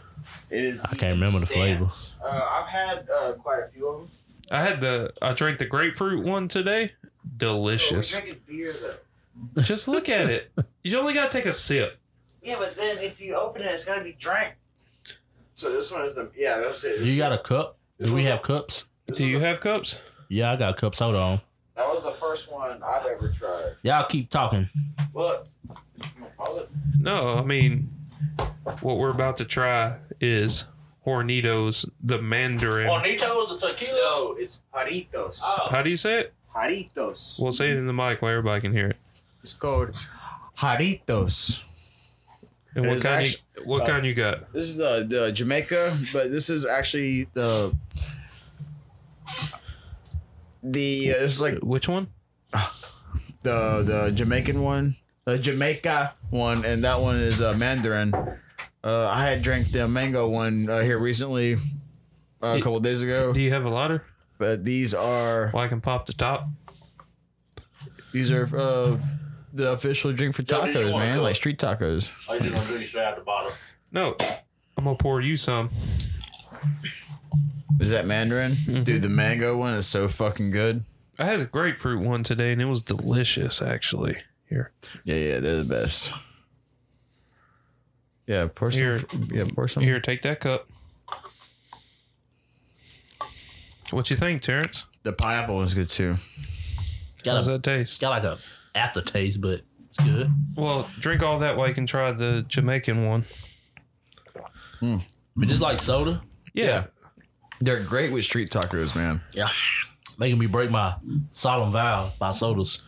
Speaker 2: It is.
Speaker 4: I can't remember the flavors.
Speaker 2: Uh, I've had uh, quite a few of them.
Speaker 1: I had the I drank the grapefruit one today. Delicious.
Speaker 3: drinking beer though.
Speaker 1: Just look at it. You only gotta take a sip.
Speaker 3: Yeah, but then if you open it, it's gonna be drank.
Speaker 2: So this one is the yeah. That's it.
Speaker 4: You got a cup? Do we have cups?
Speaker 1: Do you have cups?
Speaker 4: Yeah, I got cups. Hold on.
Speaker 3: That was the first one I've ever tried.
Speaker 4: Y'all keep talking.
Speaker 3: Look,
Speaker 1: No, I mean, what we're about to try is Hornitos, the Mandarin.
Speaker 4: Juanito's a tequila. Oh.
Speaker 3: no, Oh, it's Haritos.
Speaker 1: How do you say it?
Speaker 3: Haritos.
Speaker 1: We'll say it in the mic while everybody can hear it.
Speaker 2: It's called Jaritos.
Speaker 1: And
Speaker 2: It
Speaker 1: what
Speaker 2: is
Speaker 1: kind?
Speaker 2: actu-
Speaker 1: you, what
Speaker 2: uh,
Speaker 1: kind you got?
Speaker 2: This is uh, the Jamaica, but this is actually the the uh, this is like
Speaker 1: Which one?
Speaker 2: the the Jamaican one, the Jamaica one, and that one is uh, Mandarin. Uh, I had drank the mango one uh, here recently, uh, a couple days ago.
Speaker 1: Do you have a lighter?
Speaker 2: But these are
Speaker 1: Well, I can pop the top.
Speaker 2: these are uh, the official drink for
Speaker 4: Yo, did you
Speaker 2: tacos,
Speaker 4: wanna
Speaker 2: man,
Speaker 4: go?
Speaker 2: like street tacos.
Speaker 4: Are you just gonna drink it straight out the bottle?
Speaker 1: No, I'm gonna pour you some.
Speaker 2: Is that Mandarin? Dude, the mango one is so fucking good.
Speaker 1: I had a grapefruit one today and it was delicious actually. Here.
Speaker 2: Yeah, yeah, they're the best. Yeah, pour some.
Speaker 1: Here.
Speaker 2: Yeah, pour some.
Speaker 1: Here, take that cup. What you think, Terrence?
Speaker 2: The pineapple one's good too.
Speaker 1: How
Speaker 4: Got
Speaker 1: does
Speaker 4: a,
Speaker 1: that taste?
Speaker 4: got like a aftertaste, but it's good.
Speaker 1: Well, drink all that while you can try the Jamaican one.
Speaker 4: But just like soda,
Speaker 1: Yeah.
Speaker 2: They're great with street tacos, man.
Speaker 4: yeah, making me break my solemn vow by sodas.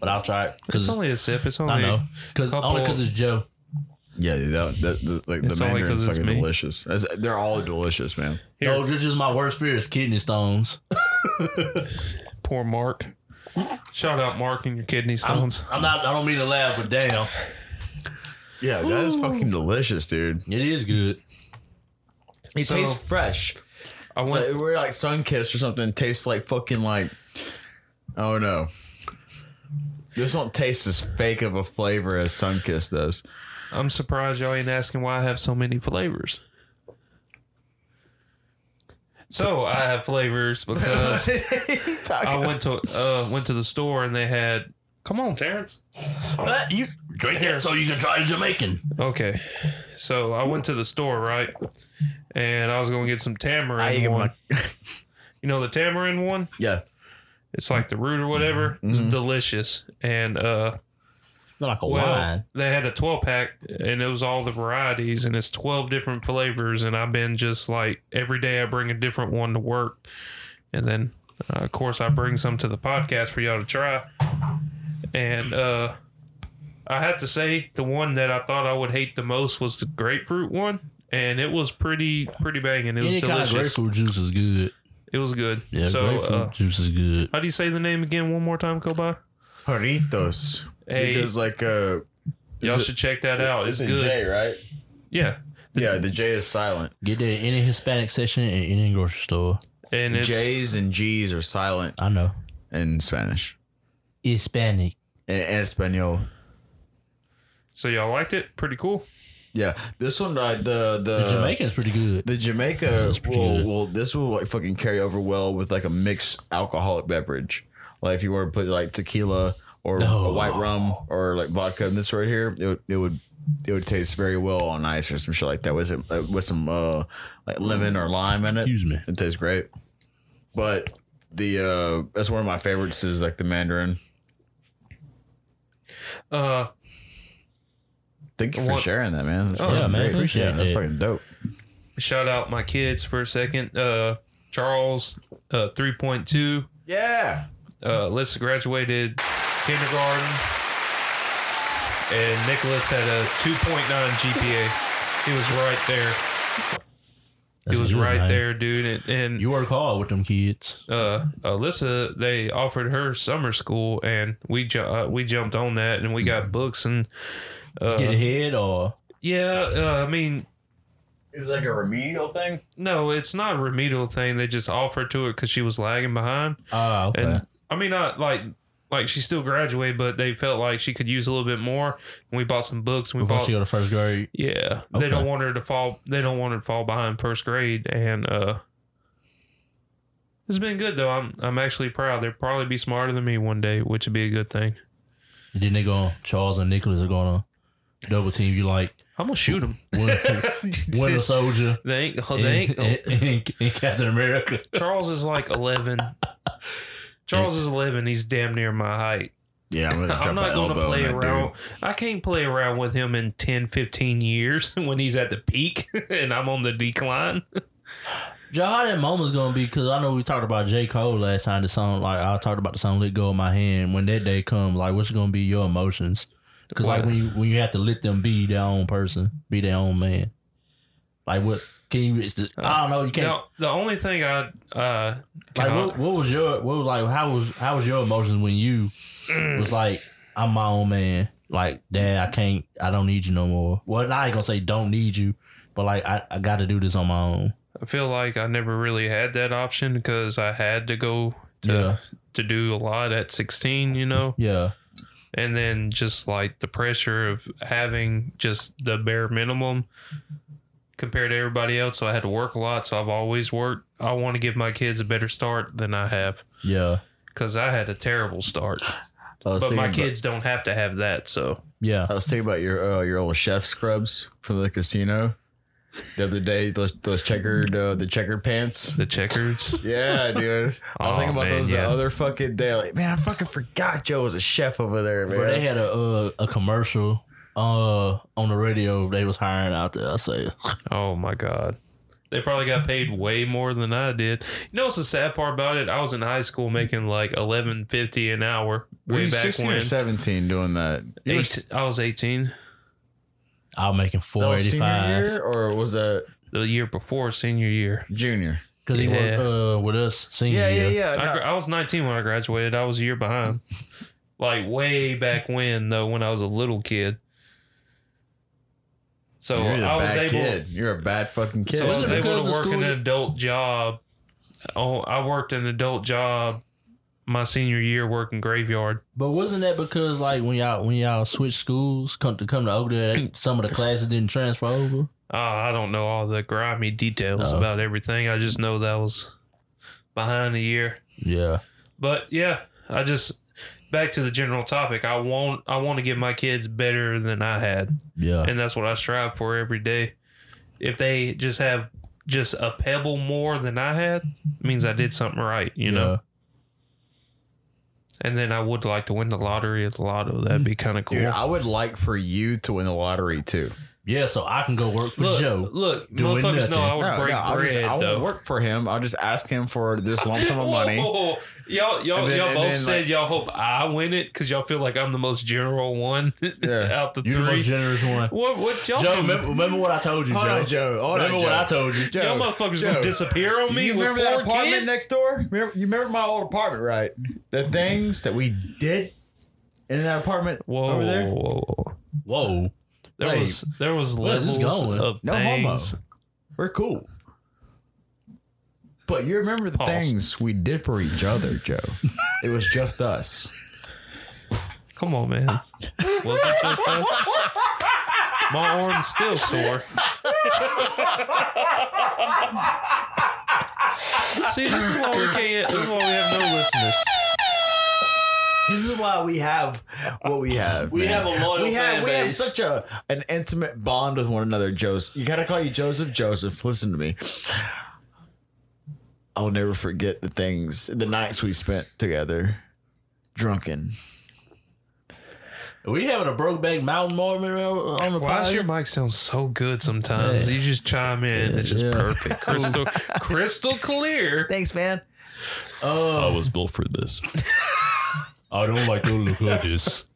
Speaker 4: But I'll try it
Speaker 1: It's
Speaker 4: because
Speaker 1: only a sip. It's only
Speaker 4: I know because
Speaker 1: couple-
Speaker 4: only because it's Joe.
Speaker 2: Yeah, dude, that, that, the, like
Speaker 1: It's
Speaker 2: the
Speaker 1: only
Speaker 2: mandarin's
Speaker 1: 'cause it's
Speaker 2: fucking
Speaker 1: me.
Speaker 2: delicious. That's- they're all delicious, man.
Speaker 1: Here.
Speaker 4: No, this is my worst fear is kidney stones.
Speaker 1: poor Mark. Shout out Mark and your kidney
Speaker 4: I'm,
Speaker 1: stones.
Speaker 4: I'm not. I don't mean to laugh, but damn,
Speaker 2: Yeah, that is fucking delicious, dude.
Speaker 4: it is good.
Speaker 2: It
Speaker 1: So-
Speaker 2: tastes fresh.
Speaker 1: I
Speaker 2: It's
Speaker 1: went
Speaker 2: like- we're like sun kissed or something. It tastes like fucking like. Oh no. This don't taste as fake of a flavor as Sunkist does.
Speaker 1: I'm surprised y'all ain't asking why I have so many flavors. So I have flavors because I went to uh went to the store and they had come on, Terrence.
Speaker 4: But you drink that so you can try the Jamaican.
Speaker 1: Okay. So I went to the store, right? And I was gonna get some
Speaker 2: I eat
Speaker 1: tamarind
Speaker 2: 'em
Speaker 1: one.
Speaker 2: like-
Speaker 1: You know the tamarind one?
Speaker 2: yeah.
Speaker 1: It's like the root or whatever. It's delicious. And uh
Speaker 4: Not like a
Speaker 1: well,
Speaker 4: wine.
Speaker 1: they had a 12 pack and it was all the varieties and it's 12 different flavors and I've been just like every day I bring a different one to work. And then uh, of course I bring some to the podcast for y'all to try. And uh I have to say the one that I thought I would hate the most was the grapefruit one and it was pretty pretty banging. It was
Speaker 4: Any kind of
Speaker 1: delicious.
Speaker 4: grapefruit juice is good.
Speaker 1: it was good.
Speaker 4: Yeah,
Speaker 1: so
Speaker 4: grapefruit
Speaker 1: uh,
Speaker 4: juice is good.
Speaker 1: how do you say the name again one more time, Kobai?
Speaker 2: Jaritos.
Speaker 1: Hey.
Speaker 2: It does like uh, a.
Speaker 1: Y'all
Speaker 2: Is it-
Speaker 1: should check that out. It's
Speaker 2: a
Speaker 1: good.
Speaker 2: Oh, J, right?
Speaker 1: Yeah.
Speaker 2: Yeah, the J is silent.
Speaker 4: Get that at any Hispanic section at any grocery store.
Speaker 1: And it's
Speaker 2: J's and G's are silent
Speaker 4: I know.
Speaker 2: in Spanish
Speaker 4: Hispanic.
Speaker 2: and, and Espanol.
Speaker 1: so y'all liked it? Pretty cool.
Speaker 2: Yeah, this one, uh, the the
Speaker 4: The Jamaican's pretty good.
Speaker 2: the Jamaica
Speaker 4: pretty
Speaker 2: will,
Speaker 4: good.
Speaker 2: will this will like fucking carry over well with like a mixed alcoholic beverage. Like if you were to put like tequila or
Speaker 4: Oh.
Speaker 2: a white rum or like vodka in this right here, it would it would it would taste very well on ice or some shit like that. With some uh, with some uh like lemon or lime in it.
Speaker 4: Excuse me.
Speaker 2: It tastes great. But the uh that's one of my favorites is like the mandarin.
Speaker 1: Uh
Speaker 2: Thank you for
Speaker 1: What-
Speaker 2: sharing that, man. That's
Speaker 1: Oh,
Speaker 2: fucking
Speaker 4: yeah, man.
Speaker 2: great.
Speaker 4: Appreciate
Speaker 2: Yeah, That's
Speaker 4: it.
Speaker 2: fucking dope.
Speaker 1: shout out my kids for a second. Uh, Charles, uh, 3.2.
Speaker 2: Yeah.
Speaker 1: Uh, Alyssa graduated kindergarten. And Nicholas had a 2.9 GPA. He was right there.
Speaker 4: That's
Speaker 1: he was
Speaker 4: good,
Speaker 1: right
Speaker 4: man.
Speaker 1: there, dude. And, and
Speaker 4: You work hard with them kids.
Speaker 1: uh, Alyssa, they offered her summer school, and we ju- uh, we jumped on that, and we got books and uh,
Speaker 4: Get ahead or
Speaker 1: yeah. Uh, I mean,
Speaker 2: It's like a remedial thing.
Speaker 1: No, it's not a remedial thing. They just offered to it because she was lagging behind.
Speaker 4: ah okay.
Speaker 1: And I mean, not like like she still graduated, but they felt like she could use a little bit more. And we bought some books. And we
Speaker 4: Before
Speaker 1: bought
Speaker 4: she go to first grade,
Speaker 1: yeah.
Speaker 4: Okay.
Speaker 1: They don't want her to fall. They don't want her to fall behind first grade. And uh, it's been good though. I'm I'm actually proud. They'll probably be smarter than me one day, which would be a good thing.
Speaker 4: and then they go. Charles and Nicholas are gonna double team you like
Speaker 1: I'm gonna shoot them.
Speaker 4: Winter, Winter Soldier
Speaker 1: they ain't. Oh, They
Speaker 4: and,
Speaker 1: ain't.
Speaker 4: and, and, and Captain America.
Speaker 1: Charles is like 11. Charles is 11. He's damn near my height.
Speaker 2: Yeah, I'm gonna drop
Speaker 1: I'm
Speaker 2: my
Speaker 1: not going to
Speaker 2: elbow
Speaker 1: play
Speaker 2: on that
Speaker 1: around.
Speaker 2: dude.
Speaker 1: I can't play around with him in 10, 15 years when he's at the peak and I'm on the decline.
Speaker 4: Joe, how that moment's gonna be? Because I know we talked about J Cole last time. The song, like I talked about the song "Let Go of My Hand." When that day comes, like what's gonna be your emotions? Because like
Speaker 1: What?
Speaker 4: when you when you have to let them be their own person, be their own man. Like what can you? It's the, I don't know. You can't.
Speaker 1: Now, the only thing I uh,
Speaker 4: like
Speaker 1: cannot-
Speaker 4: what, what was your what was like how was how was your emotions when you was like I'm my own man. Like dad, I can't. I don't need you no more. Well, I ain't gonna say don't need you, but like I, I got to do this on my own.
Speaker 1: I feel like I never really had that option because I had to go to
Speaker 4: Yeah.
Speaker 1: to do a lot at 16, you know,
Speaker 4: Yeah.
Speaker 1: and then just like the pressure of having just the bare minimum. compared to everybody else. So I had to work a lot. So I've always worked. I want to give my kids a better start than I have
Speaker 4: Yeah.
Speaker 1: because I had a terrible start.
Speaker 2: I was
Speaker 1: But
Speaker 2: thinking
Speaker 1: my
Speaker 2: about-
Speaker 1: kids don't have to have that. So
Speaker 4: Yeah.
Speaker 2: I was thinking about your uh, your old chef scrubs from the casino the other day. Those those checkered uh, the checkered pants.
Speaker 1: the checkers.
Speaker 2: Yeah, dude. I was
Speaker 1: Aw,
Speaker 2: thinking about
Speaker 1: Oh, man,
Speaker 2: those
Speaker 1: yeah.
Speaker 2: the other fucking day. Like, man, I fucking forgot Joe was a chef over there, man.
Speaker 4: Bro, they had a uh, a commercial uh on the radio they was hiring out there. I say
Speaker 1: Oh my god. They probably got paid way more than I did. You know what's the sad part about it? I was in high school making like eleven fifty an hour
Speaker 2: Were
Speaker 1: way
Speaker 2: you
Speaker 1: back
Speaker 2: 16
Speaker 1: when.
Speaker 2: or 17 doing that? You were s-
Speaker 1: Eight, I was eighteen.
Speaker 4: I'm making
Speaker 2: that
Speaker 4: four
Speaker 2: was
Speaker 4: eighty
Speaker 2: senior
Speaker 4: five
Speaker 2: year or was that
Speaker 1: The year before senior year.
Speaker 2: junior?
Speaker 4: because he
Speaker 1: Yeah.
Speaker 4: worked uh, with us senior
Speaker 2: Yeah, yeah,
Speaker 4: year.
Speaker 2: yeah.
Speaker 1: I,
Speaker 2: no.
Speaker 1: gra- I was nineteen when I graduated. I was a year behind. like way back when though, when I was a little kid. So
Speaker 2: You're a
Speaker 1: I was
Speaker 2: bad
Speaker 1: able
Speaker 2: kid. You're a bad fucking kid.
Speaker 1: So I was
Speaker 4: Wasn't it
Speaker 1: able to
Speaker 4: because
Speaker 1: work
Speaker 4: the
Speaker 1: an
Speaker 4: school-
Speaker 1: adult job. Oh, I worked an adult job my senior year working graveyard.
Speaker 4: But wasn't that because like when y'all when y'all switched schools come to come to Oakdale, they- some of the classes didn't transfer over?
Speaker 1: Uh, I don't know all the grimy details
Speaker 4: Uh-oh.
Speaker 1: about everything. I just know that was behind a year.
Speaker 4: Yeah.
Speaker 1: But yeah, I just back to the general topic. I want I want to give my kids better than I had,
Speaker 4: Yeah.
Speaker 1: and that's what I strive for every day. If they just have just a pebble more than I had, means I did something right, you know. And then I would like to win the lottery at the lotto. That'd be kind of cool.
Speaker 2: Dude, I would like for you to win the lottery too.
Speaker 4: Yeah, so I can go work for
Speaker 1: look,
Speaker 4: Joe.
Speaker 1: look,
Speaker 4: doing
Speaker 1: motherfuckers
Speaker 4: nothing.
Speaker 1: know I would
Speaker 2: No,
Speaker 1: break
Speaker 2: no, I'll
Speaker 1: bread
Speaker 2: just, I
Speaker 1: though. Oh,
Speaker 2: won't work for him. I'll just ask him for this lump sum of money.
Speaker 1: Whoa, Y'all, y'all,
Speaker 2: And then-
Speaker 1: y'all
Speaker 2: and
Speaker 1: both
Speaker 2: then,
Speaker 1: said
Speaker 2: like-
Speaker 1: y'all hope I win it because y'all feel like I'm the most general one
Speaker 2: Yeah.
Speaker 1: out the
Speaker 4: You the
Speaker 1: three.
Speaker 4: most generous one.
Speaker 1: what, what y'all?
Speaker 4: Joe,
Speaker 1: should-
Speaker 4: remember, remember what I told you,
Speaker 2: Hold
Speaker 4: Joe.
Speaker 2: on, Joe. Hold
Speaker 4: remember
Speaker 2: on,
Speaker 4: what
Speaker 2: Joe.
Speaker 4: I told you.
Speaker 2: Joe,
Speaker 1: y'all motherfuckers
Speaker 2: Joe,
Speaker 1: gonna disappear on me
Speaker 2: You
Speaker 1: with
Speaker 2: remember
Speaker 1: four
Speaker 2: that apartment
Speaker 1: kids?
Speaker 2: next door? Remember, you remember my old apartment, right? The things that we did in that apartment
Speaker 1: Whoa,
Speaker 2: over there.
Speaker 1: whoa, whoa.
Speaker 4: Whoa.
Speaker 1: There
Speaker 4: Wait,
Speaker 1: was there was
Speaker 4: where is
Speaker 1: levels
Speaker 4: this going?
Speaker 1: of
Speaker 2: No homo.
Speaker 1: things.
Speaker 2: We're cool. But you remember the
Speaker 1: Pause.
Speaker 2: things we did for each other, Joe. it was just us.
Speaker 1: Come on, man. Was it just us? My arm's still sore. See, this is why we can't. This is why we have no listeners.
Speaker 2: This is why we have what we have.
Speaker 4: We
Speaker 2: man.
Speaker 4: have a loyal
Speaker 2: we have
Speaker 4: fan
Speaker 2: we have
Speaker 4: base.
Speaker 2: such a an intimate bond with one another, Joseph. You gotta call you Joseph. Joseph, listen to me. I'll never forget the things, the nights we spent together, drunken.
Speaker 4: Are we having a Brokeback Mountain moment on on the
Speaker 1: Why does
Speaker 4: podcast?
Speaker 1: your mic sound so good sometimes? You just chime in. it's just
Speaker 4: Yeah.
Speaker 1: perfect. Crystal crystal clear.
Speaker 2: Thanks, man.
Speaker 4: Oh,
Speaker 5: was built for this.
Speaker 4: I don't like to look at this.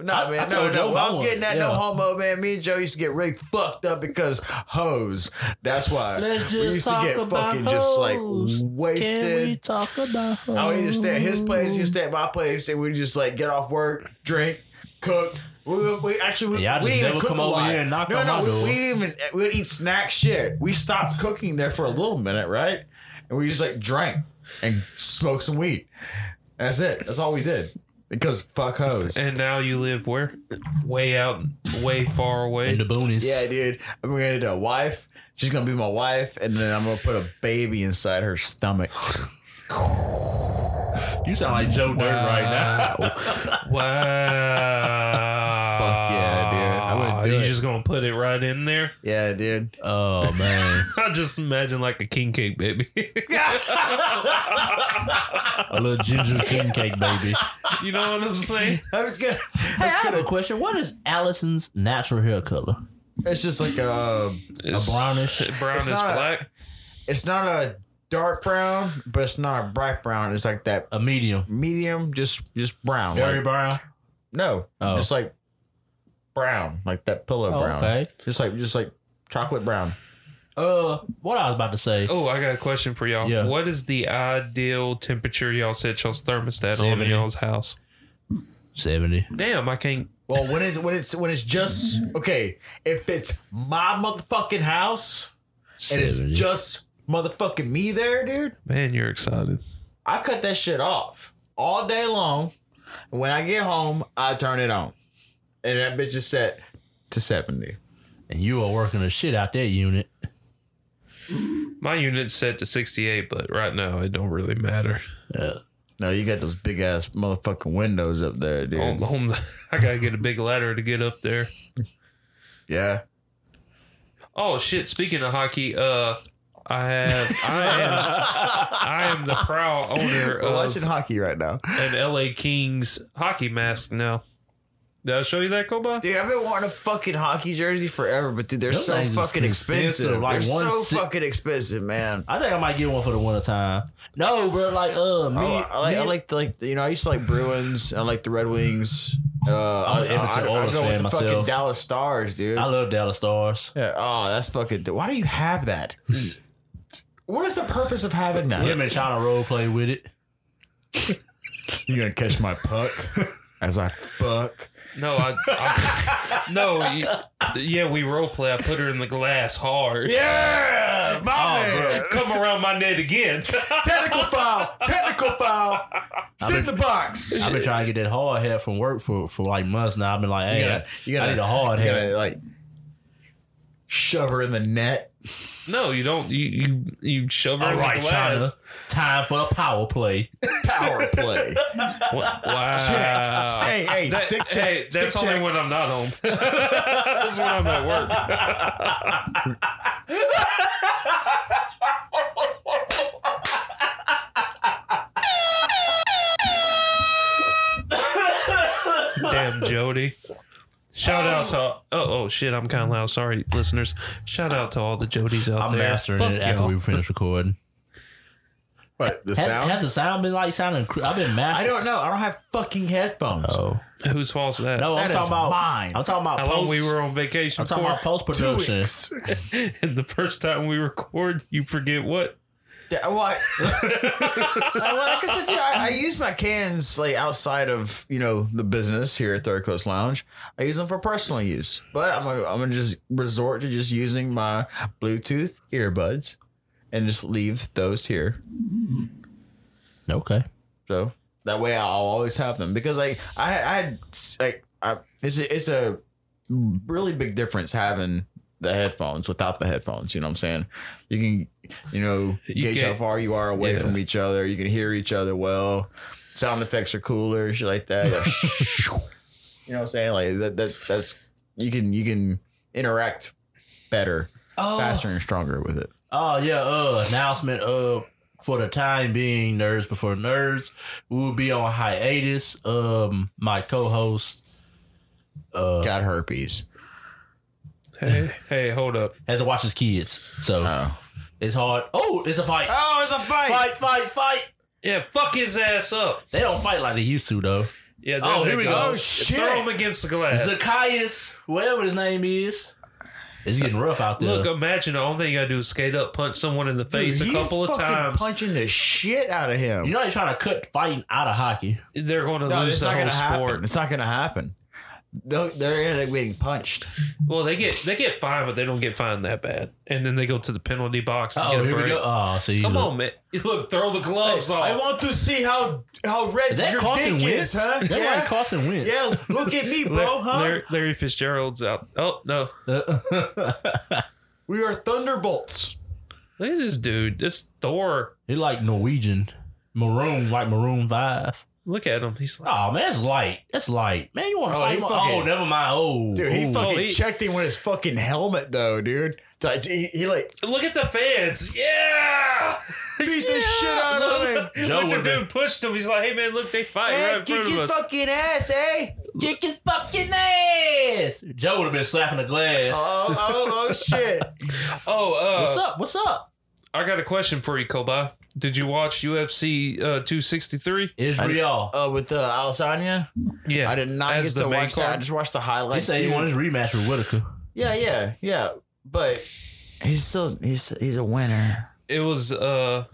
Speaker 2: No,
Speaker 4: I-
Speaker 2: man.
Speaker 4: I
Speaker 2: no,
Speaker 4: told
Speaker 2: no.
Speaker 4: Joe
Speaker 2: I
Speaker 4: I
Speaker 2: was
Speaker 4: want-
Speaker 2: getting that no
Speaker 4: yeah.
Speaker 2: homo, man. Me and Joe used to get really fucked up because hoes. That's why
Speaker 4: Let's just
Speaker 2: we used to
Speaker 4: talk
Speaker 2: get
Speaker 4: about
Speaker 2: fucking just like
Speaker 4: hoes. Can we
Speaker 2: wasted.
Speaker 4: talk about
Speaker 2: I would either stay at his place, he'd stay at my place, and we'd just like get off work, drink, cook. We, we actually we,
Speaker 4: Y'all just
Speaker 2: we didn't even
Speaker 4: never
Speaker 2: cook
Speaker 4: come
Speaker 2: a
Speaker 4: over
Speaker 2: lot.
Speaker 4: here and knock
Speaker 2: no,
Speaker 4: on
Speaker 2: no,
Speaker 4: my
Speaker 2: we,
Speaker 4: door.
Speaker 2: We even we'd eat snack shit. We stopped cooking there for a little minute, right? And we just like drank and smoked some weed. That's it. That's all we did. Because fuck hoes.
Speaker 1: And now you live where? Way out, way far away.
Speaker 4: in the boonies.
Speaker 2: Yeah, dude. I'm gonna get a wife. She's gonna be my wife, and then I'm gonna put a baby inside her stomach.
Speaker 4: You sound like Joe Dirt right now.
Speaker 1: Wow.
Speaker 2: Fuck yeah, dude. I wouldn't do
Speaker 1: you
Speaker 2: it.
Speaker 1: just gonna put it right in there?
Speaker 2: Yeah, dude.
Speaker 4: Oh man,
Speaker 1: I just imagine like a king cake baby.
Speaker 4: a little ginger king cake baby.
Speaker 1: you know what I'm saying?
Speaker 2: I'm just gonna.
Speaker 4: Hey, I have a question. What is Allison's natural hair color?
Speaker 2: It's just like um, a.
Speaker 1: It's-
Speaker 4: brownish.
Speaker 1: Brown
Speaker 2: It's
Speaker 1: is
Speaker 2: not a-
Speaker 1: black.
Speaker 2: It's not a dark brown, but it's not a bright brown. It's like that
Speaker 4: A medium.
Speaker 2: medium, just just brown.
Speaker 4: Very
Speaker 2: Like,
Speaker 4: brown.
Speaker 2: no,
Speaker 4: Oh.
Speaker 2: just like brown, like that pillow
Speaker 4: Oh,
Speaker 2: brown.
Speaker 4: okay.
Speaker 2: Just like just like chocolate brown.
Speaker 4: Uh, what I was about to say.
Speaker 1: Oh, I got a question for y'all.
Speaker 4: Yeah.
Speaker 1: What is the ideal temperature y'all set y'all's thermostat on in
Speaker 4: 70.
Speaker 1: y'all's house?
Speaker 4: Seventy.
Speaker 1: Damn, I can't.
Speaker 2: Well, when it's when it's when it's just okay. If it's my motherfucking house. and it's
Speaker 4: 70.
Speaker 2: just motherfucking me there, dude,
Speaker 1: Man, you're excited.
Speaker 2: I cut that shit off all day long. And when I get home, I turn it on. And that bitch is set to 70.
Speaker 4: and you are working the shit out that unit.
Speaker 1: My unit's set to 68, but right now it don't really matter.
Speaker 4: Uh,
Speaker 2: No, you got those big ass motherfucking windows up there, dude.
Speaker 4: Oh,
Speaker 1: On, on the, I gotta get a big ladder to get up there.
Speaker 2: Yeah.
Speaker 1: Oh shit! Speaking of hockey, uh, I have I am I am the proud owner
Speaker 2: We're
Speaker 1: of
Speaker 2: watching hockey right now.
Speaker 1: an LA Kings hockey mask now. Did I show you that, Koba?
Speaker 2: Dude, I've been wanting a fucking hockey jersey forever, but dude, they're
Speaker 4: Those
Speaker 2: so
Speaker 4: things
Speaker 2: fucking
Speaker 4: expensive,
Speaker 2: expensive.
Speaker 4: like
Speaker 2: they're
Speaker 4: one
Speaker 2: so
Speaker 4: si-
Speaker 2: fucking expensive, man.
Speaker 4: I think I might get one for the winter time. No, bro, like uh, me,
Speaker 2: Oh, I, li- I like, I like, the, like, you know, I used to like Bruins. I like the Red Wings. Uh, I,
Speaker 4: an amateur
Speaker 2: I, I, I
Speaker 4: Oilers
Speaker 2: go
Speaker 4: fan
Speaker 2: with the fucking
Speaker 4: myself.
Speaker 2: Dallas Stars, dude.
Speaker 4: I love Dallas Stars.
Speaker 2: yeah. Oh, that's fucking. Why do you have that? what is the purpose of having that?
Speaker 4: Him and China role play with it.
Speaker 2: You're gonna catch my puck as I fuck.
Speaker 1: No, I, I no. You, yeah, we role play. I put her in the glass hard. Oh,
Speaker 2: Yeah, my man.
Speaker 1: Come around my net again.
Speaker 2: Technical foul. Technical foul. Sit in the box.
Speaker 4: I've been trying to get that hard hat from work for, for like months now. I've been like, hey,
Speaker 2: gotta- you
Speaker 4: I
Speaker 2: gotta-
Speaker 4: need a hard
Speaker 2: You
Speaker 4: hat.
Speaker 2: gotta like shove her in the net.
Speaker 1: no, you don't. You you, you shove her
Speaker 4: All
Speaker 1: in
Speaker 4: right,
Speaker 1: the
Speaker 4: China,
Speaker 1: glass.
Speaker 4: time for a power play.
Speaker 2: Power play.
Speaker 1: Wa- Wow.
Speaker 2: hey, hey,
Speaker 1: That-
Speaker 2: stick check.
Speaker 1: hey, that's
Speaker 2: stick
Speaker 1: only
Speaker 2: check.
Speaker 1: when I'm not home. that's when I'm at work. Damn, Jody. Shout out to oh oh shit, I'm kind of loud. Sorry, listeners. Shout out to all the Jodies out
Speaker 4: I'm
Speaker 1: there.
Speaker 4: mastering
Speaker 1: Fuck
Speaker 4: it after
Speaker 1: y'all.
Speaker 4: we finish recording.
Speaker 2: What the
Speaker 4: Has,
Speaker 2: sound?
Speaker 4: has the sound been like sounding? Cr- I've been
Speaker 2: I
Speaker 4: mastering.
Speaker 2: don't know. I don't have fucking headphones.
Speaker 4: Oh
Speaker 1: Whose fault's that?
Speaker 4: no, I'm
Speaker 2: That
Speaker 4: talking
Speaker 2: is
Speaker 4: about
Speaker 2: mine.
Speaker 4: I'm talking about
Speaker 1: How long
Speaker 4: post,
Speaker 1: we were on vacation
Speaker 4: I'm talking
Speaker 1: for?
Speaker 4: about post
Speaker 2: Two
Speaker 4: production.
Speaker 2: weeks.
Speaker 1: and the first time we record, you forget what?
Speaker 2: Yeah, well, I, I- well, like I said, dude, I, I use my cans like outside of you know the business here at Third Coast Lounge. I use them for personal use, but I'm gonna, I'm gonna just resort to just using my Bluetooth earbuds and just leave those here.
Speaker 4: Okay.
Speaker 2: So that way I'll always have them because like I I had, like I, it's a, it's a really big difference having the headphones without the headphones. You know what I'm saying? You can you know
Speaker 1: You
Speaker 2: gauge how
Speaker 1: get-
Speaker 2: far you are away
Speaker 1: Yeah.
Speaker 2: from each other. You can hear each other well. Sound effects are cooler, shit like that. Like, you know what I'm saying? Like that that that's you can you can interact better,
Speaker 4: Oh,
Speaker 2: faster, and stronger with it.
Speaker 4: Oh yeah, uh announcement uh for the time being, nerds before nerds, we will be on hiatus. Um my co-host uh
Speaker 2: Got herpes.
Speaker 1: Hey, hey, hold up.
Speaker 4: has to watch his kids. So
Speaker 1: Uh-huh.
Speaker 2: Oh,
Speaker 4: it's hard. Oh, it's a fight.
Speaker 2: oh, it's a
Speaker 4: Fight, fight, fight.
Speaker 1: Yeah, fuck his ass up.
Speaker 4: They don't fight like they used to though.
Speaker 1: Yeah. there
Speaker 4: Oh,
Speaker 1: they
Speaker 4: here we go.
Speaker 1: go.
Speaker 4: Oh, shit.
Speaker 1: Throw him against the glass.
Speaker 4: Zacchaeus, whatever his name is. It's getting rough out there.
Speaker 1: Look, uh, imagine the only thing you gotta do is skate up, punch someone in the face
Speaker 2: Dude,
Speaker 1: a
Speaker 2: he's
Speaker 1: couple of
Speaker 2: fucking
Speaker 1: times.
Speaker 2: punching the shit out of him.
Speaker 4: you know they're trying to cut fighting out of hockey.
Speaker 1: They're going to
Speaker 2: no,
Speaker 1: lose
Speaker 2: it's
Speaker 1: the
Speaker 2: not
Speaker 1: whole
Speaker 2: gonna
Speaker 1: sport.
Speaker 2: happen. It's not gonna happen. They'll, they're gonna end up getting punched.
Speaker 1: Well, they get they get fined, but they don't get fined that bad. And then they go to the penalty box to get
Speaker 4: Oh,
Speaker 1: a
Speaker 4: here we
Speaker 1: break.
Speaker 4: go. Oh, see,
Speaker 1: Come
Speaker 4: look.
Speaker 1: on, man. Look, throw the gloves off.
Speaker 2: I want to see how how red
Speaker 4: Is that
Speaker 2: your
Speaker 4: Carson
Speaker 2: dick
Speaker 4: Wentz?
Speaker 2: is, huh?
Speaker 4: Is that
Speaker 2: yeah,
Speaker 4: like Carson Wentz?
Speaker 2: yeah. Look at
Speaker 1: Larry,
Speaker 2: me, bro, huh?
Speaker 1: Larry, Larry Fitzgerald's out. Oh no,
Speaker 2: We are thunderbolts.
Speaker 1: look at this dude. This Thor.
Speaker 4: He like Norwegian. Maroon, like Maroon 5.
Speaker 1: Look at him. He's like,
Speaker 4: Oh, man, that's light. That's light. Man, you want to
Speaker 2: Oh,
Speaker 4: fight
Speaker 2: he
Speaker 4: him? Oh,
Speaker 2: fucking-
Speaker 4: never mind. Oh.
Speaker 2: Dude, he
Speaker 4: oh.
Speaker 2: fucking
Speaker 1: he-
Speaker 2: checked him with his fucking helmet, though, dude. Like, He, he, like
Speaker 1: look at the fans. Yeah.
Speaker 2: beat the shit out of him.
Speaker 1: Look,
Speaker 4: Joe
Speaker 1: the
Speaker 4: would've been-
Speaker 1: dude pushed him. He's like, "Hey man, look, they fight right
Speaker 2: Hey,
Speaker 1: in
Speaker 2: kick
Speaker 1: front of
Speaker 2: his
Speaker 1: us."
Speaker 2: fucking ass, eh?
Speaker 4: Kick his fucking ass. Joe would have been slapping the glass.
Speaker 2: Oh, oh, oh, shit.
Speaker 1: oh, uh,
Speaker 4: What's up? What's up?
Speaker 1: I got a question for you, Koba. Did you watch UFC uh, 263?
Speaker 4: Israel.
Speaker 2: Uh, with uh, Alessandra,
Speaker 1: Yeah,
Speaker 2: I did not
Speaker 1: As
Speaker 2: get
Speaker 1: the
Speaker 2: to
Speaker 1: main
Speaker 2: watch that. I
Speaker 1: card?
Speaker 2: just watched the
Speaker 4: He
Speaker 2: highlights.
Speaker 4: said he
Speaker 2: dude.
Speaker 4: won his rematch with Whitaker.
Speaker 2: Yeah, yeah, yeah. But he's still he's he's a winner.
Speaker 1: It was uh,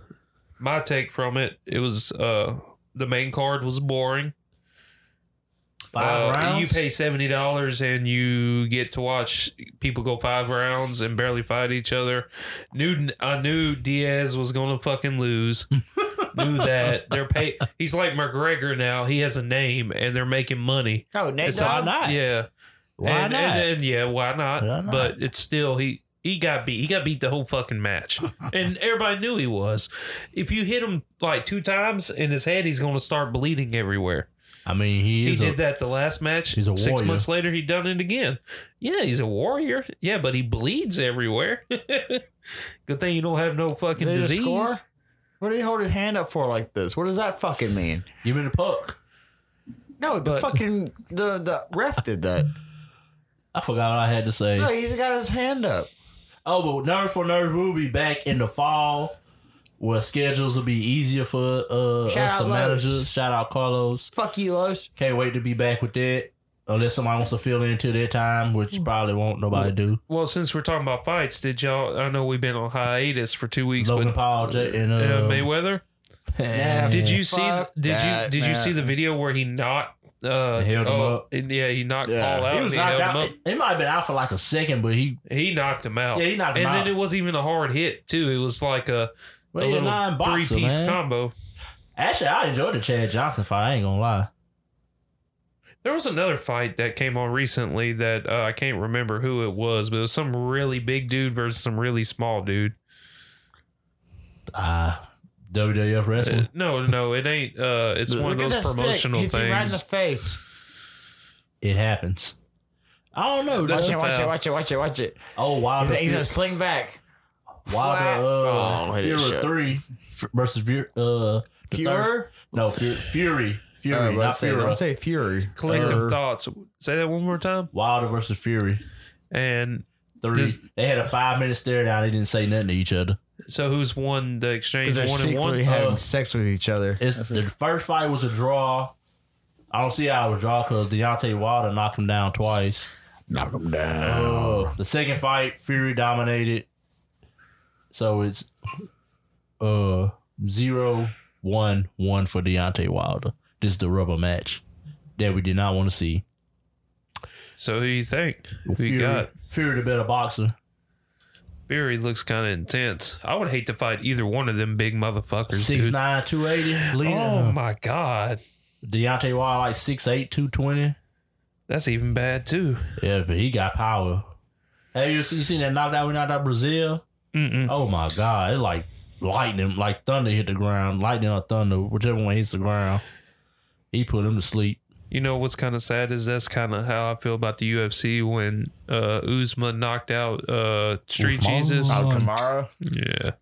Speaker 1: my take from it. It was uh, the main card was boring.
Speaker 4: Five
Speaker 1: Uh,
Speaker 4: rounds.
Speaker 1: You pay seventy dollars and you get to watch people go five rounds and barely fight each other. Knew I knew Diaz was gonna fucking lose. knew that they're pay. He's like McGregor now. He has a name and they're making money.
Speaker 2: Oh, Nate
Speaker 1: It's
Speaker 2: Dogg.
Speaker 4: Why not?
Speaker 1: Yeah.
Speaker 4: Why
Speaker 1: and,
Speaker 4: not?
Speaker 1: And, and yeah, why not?
Speaker 4: Why not?
Speaker 1: But it's still he he got beat. He got beat the whole fucking match, and everybody knew he was. If you hit him like two times in his head, he's going to start bleeding everywhere.
Speaker 4: I mean, he
Speaker 1: He,
Speaker 4: is.
Speaker 1: did
Speaker 4: a,
Speaker 1: that the last match.
Speaker 4: he's a
Speaker 1: Six
Speaker 4: warrior.
Speaker 1: months later, he done it again. Yeah, he's a warrior. Yeah, but he bleeds everywhere. Good thing you don't have no fucking
Speaker 2: Did he just
Speaker 1: disease.
Speaker 2: score? What did he hold his hand up for like this? What does that fucking mean?
Speaker 4: Give me the puck.
Speaker 2: No, the
Speaker 1: But-
Speaker 2: fucking the the ref did that.
Speaker 4: I forgot what I had to say.
Speaker 2: No, he's got his hand up.
Speaker 4: Oh, but Nerd for Nerd will be back in the fall where schedules will be easier for uh,
Speaker 2: Shout
Speaker 4: us
Speaker 2: out
Speaker 4: to
Speaker 2: Los.
Speaker 4: manage. us. Shout out Carlos.
Speaker 2: Fuck you, Los.
Speaker 4: Can't wait to be back with that. Unless somebody wants to fill in till their time,
Speaker 2: Hmm.
Speaker 4: which probably won't nobody do.
Speaker 1: Well, since we're talking about fights, did y'all? I know we've been on hiatus for two weeks,
Speaker 4: Logan
Speaker 1: but
Speaker 4: Paul J- and uh,
Speaker 1: uh, Mayweather.
Speaker 2: Yeah.
Speaker 1: Did you
Speaker 2: Fuck
Speaker 1: see? Did
Speaker 2: that,
Speaker 1: you did you
Speaker 2: man.
Speaker 1: see the video where he knocked? Uh,
Speaker 4: He held him
Speaker 1: oh,
Speaker 4: up.
Speaker 1: and yeah, he knocked
Speaker 2: Yeah.
Speaker 1: Paul out.
Speaker 4: He
Speaker 1: and
Speaker 4: was
Speaker 1: He,
Speaker 4: knocked
Speaker 1: held him
Speaker 4: out.
Speaker 1: up.
Speaker 4: He might have been out for like a second, but he
Speaker 1: He knocked him out.
Speaker 4: yeah he knocked him
Speaker 1: and
Speaker 4: out.
Speaker 1: then it wasn't even a hard hit too. It was like a, a
Speaker 4: Well, he a
Speaker 1: little
Speaker 4: nine boxer,
Speaker 1: three piece
Speaker 4: man.
Speaker 1: combo.
Speaker 4: Actually, I enjoyed the Chad Johnson fight. I ain't gonna lie.
Speaker 1: There was another fight that came on recently that uh, I can't remember who it was, but it was some really big dude versus some really small dude.
Speaker 4: Uh, WWF
Speaker 1: Uh,
Speaker 4: wrestling.
Speaker 1: no, no, it ain't. Uh, it's one of
Speaker 2: Look at
Speaker 1: those
Speaker 2: that stick.
Speaker 1: promotional
Speaker 2: Hits
Speaker 1: things.
Speaker 2: him right in the face.
Speaker 4: It happens. I don't know.
Speaker 1: That's
Speaker 4: just-
Speaker 2: Watch it,
Speaker 1: a
Speaker 2: watch it,
Speaker 1: foul.
Speaker 2: watch it, watch it, watch it.
Speaker 4: oh, Wilder.
Speaker 2: He's, he's
Speaker 4: Fury-
Speaker 2: gonna sling back. flat.
Speaker 4: Wilder
Speaker 2: Oh,
Speaker 4: uh,
Speaker 2: hit it
Speaker 4: Fury
Speaker 2: shut.
Speaker 4: three f- versus Fury. Uh, the third-
Speaker 2: Pure?
Speaker 4: no, Fury. Fury. Fury. not Fury.
Speaker 2: say Fury.
Speaker 1: Collective
Speaker 2: Fur.
Speaker 1: thoughts. Say that one more time.
Speaker 4: Wilder versus Fury.
Speaker 1: And
Speaker 4: Three.
Speaker 1: This-
Speaker 4: they had a five minute stare down. They didn't say nothing to each other.
Speaker 1: so, who's won the exchange?
Speaker 2: Because they're
Speaker 1: One and
Speaker 2: secretly
Speaker 1: one. Oh.
Speaker 2: having
Speaker 4: Uh,
Speaker 2: sex with each other.
Speaker 4: It's the first fight was a draw. I don't see how it was a draw because Deontay Wilder knocked him down twice.
Speaker 2: Knock him down.
Speaker 4: Uh, the second fight, Fury dominated. So it's uh zero one one for Deontay Wilder. This is the rubber match that we did not want to see.
Speaker 1: So, who you think? Who
Speaker 4: Fury,
Speaker 1: you got?
Speaker 4: Fury the better boxer.
Speaker 1: Fury looks kind of intense. I would hate to fight either one of them big motherfuckers.
Speaker 4: Six
Speaker 1: dude.
Speaker 4: nine two eighty.
Speaker 1: Oh
Speaker 4: Leaning.
Speaker 1: my god,
Speaker 4: Deontay Wilder like six eight two twenty.
Speaker 1: that's even bad too.
Speaker 4: Yeah, but he got power. Have you seen, you seen that knockdown we knocked out Brazil?
Speaker 1: Mm-mm.
Speaker 4: Oh my god! It like lightning, like thunder hit the ground. Lightning or thunder, whichever one hits the ground, he put him to sleep.
Speaker 1: You know what's kind of sad is that's kind of how I feel about the UFC when uh Uzma knocked out uh Street
Speaker 4: Usman?
Speaker 1: Jesus.
Speaker 4: Oh,
Speaker 2: Kamara?
Speaker 1: Yeah,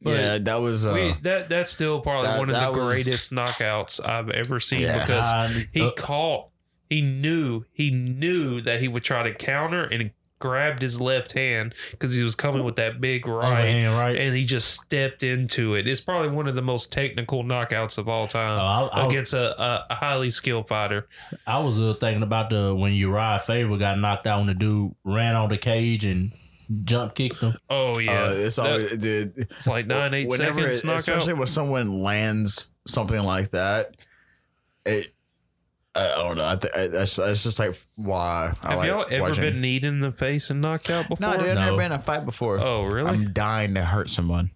Speaker 2: Yeah, that was. Uh,
Speaker 1: we, that that's still probably
Speaker 2: that-
Speaker 1: one of the
Speaker 2: that was-
Speaker 1: greatest knockouts I've ever seen
Speaker 2: Yeah.
Speaker 1: because
Speaker 4: I-
Speaker 1: he
Speaker 4: uh,
Speaker 1: caught. He knew he knew that he would try to counter and he grabbed his left hand because he was coming with that big right.
Speaker 4: overhand right.
Speaker 1: and he just stepped into it. It's probably one of the most technical knockouts of all
Speaker 4: Oh,
Speaker 1: time
Speaker 4: I, I,
Speaker 1: against a, a, a highly skilled fighter.
Speaker 4: I was uh, thinking about the when Uriah Favor got knocked out when the dude ran on the cage and jump kicked him.
Speaker 1: Oh yeah,
Speaker 2: uh, it's
Speaker 1: That-
Speaker 2: always, dude.
Speaker 1: it's like nine eight
Speaker 2: whenever
Speaker 1: seconds
Speaker 2: it-
Speaker 1: knockout.
Speaker 2: especially when someone lands something like that, it. I I don't know. I th- I, that's, that's just like why I
Speaker 1: Have
Speaker 2: like
Speaker 1: y'all ever
Speaker 2: watching.
Speaker 1: been kneed in the face and knocked out before?
Speaker 2: No, dude, I've
Speaker 4: No.
Speaker 2: never been in a fight before.
Speaker 1: Oh really?
Speaker 2: I'm dying to hurt someone.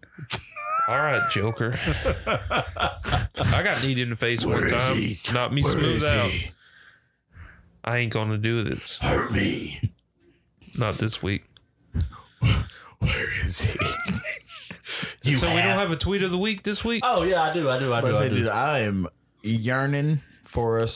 Speaker 1: all right, Joker. I got kneed in the face
Speaker 2: Where
Speaker 1: one
Speaker 2: is
Speaker 1: time.
Speaker 2: he?
Speaker 1: Knocked me smooth out. I ain't gonna do this.
Speaker 2: Hurt me.
Speaker 1: Not this week.
Speaker 2: Where is he?
Speaker 4: You
Speaker 1: so we
Speaker 4: have-
Speaker 1: don't have a tweet of the week this week.
Speaker 4: Oh yeah, I do, I do, I do,
Speaker 2: I
Speaker 4: I
Speaker 2: say,
Speaker 4: do.
Speaker 2: dude, I am yearning for a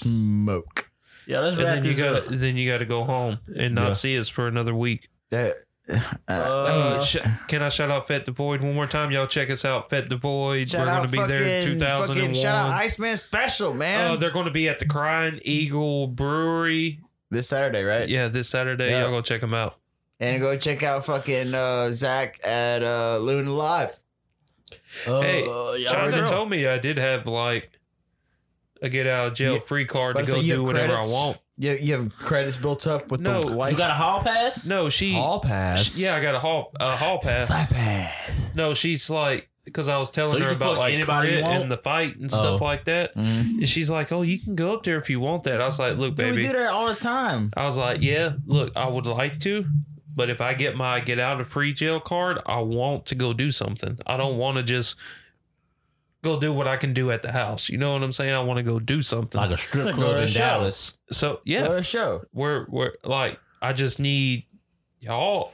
Speaker 2: smoke.
Speaker 4: Yeah, let's
Speaker 1: and
Speaker 4: wrap
Speaker 1: then you
Speaker 4: this
Speaker 1: gotta
Speaker 4: up.
Speaker 1: then you gotta go home and not
Speaker 4: Yeah.
Speaker 1: see us for another week.
Speaker 2: That. Uh,
Speaker 4: Uh,
Speaker 1: Sh- can I shout out Fet the Void one more time? Y'all check us out, Fet the Void.
Speaker 2: shout
Speaker 1: We're
Speaker 2: out
Speaker 1: going to be there in
Speaker 2: fucking- fucking
Speaker 1: 2001.
Speaker 2: Shout out Iceman Special, man.
Speaker 1: Uh, they're going to be at the Crying Eagle Brewery.
Speaker 2: this Saturday, right?
Speaker 1: Yeah, this Saturday.
Speaker 2: Yeah.
Speaker 1: Y'all go check them out.
Speaker 2: And go check out fucking uh, Zach at uh, Luna Live.
Speaker 4: Uh,
Speaker 1: Hey,
Speaker 4: yeah,
Speaker 1: China
Speaker 2: girl.
Speaker 1: told me I did have like a get out of jail
Speaker 2: Yeah,
Speaker 1: free card to
Speaker 2: but I
Speaker 1: go
Speaker 2: said you
Speaker 1: do
Speaker 2: have
Speaker 1: whatever
Speaker 2: credits?
Speaker 1: I want.
Speaker 2: You, you have credits built up with
Speaker 1: No,
Speaker 2: the
Speaker 1: you
Speaker 2: life
Speaker 4: you got a hall pass?
Speaker 1: No, she.
Speaker 2: all pass.
Speaker 1: Yeah, I got a hall a hall pass.
Speaker 2: Slap ass.
Speaker 1: No, she's like because I was telling
Speaker 4: So you
Speaker 1: her
Speaker 4: can
Speaker 1: about
Speaker 4: fuck
Speaker 1: like
Speaker 4: anybody you
Speaker 1: crit
Speaker 4: want?
Speaker 1: and the fight and
Speaker 4: Oh.
Speaker 1: stuff like that.
Speaker 2: Mm.
Speaker 1: And she's like, "Oh, you can go up there if you want that." I was like, "Look,
Speaker 2: Dude,
Speaker 1: baby,
Speaker 2: we do that all the time.
Speaker 1: I was like, yeah, look, I would like to, but if I get my get out of free jail card, I want to go do something. I don't want to just go do what I can do at the house. You know what I'm saying? I want to go do something.
Speaker 4: like a strip
Speaker 2: Go
Speaker 4: club
Speaker 2: to
Speaker 4: in
Speaker 2: a show.
Speaker 4: Dallas.
Speaker 1: so
Speaker 2: Yeah.
Speaker 1: yeah,
Speaker 2: Go to a show.
Speaker 1: we're we're like I just need y'all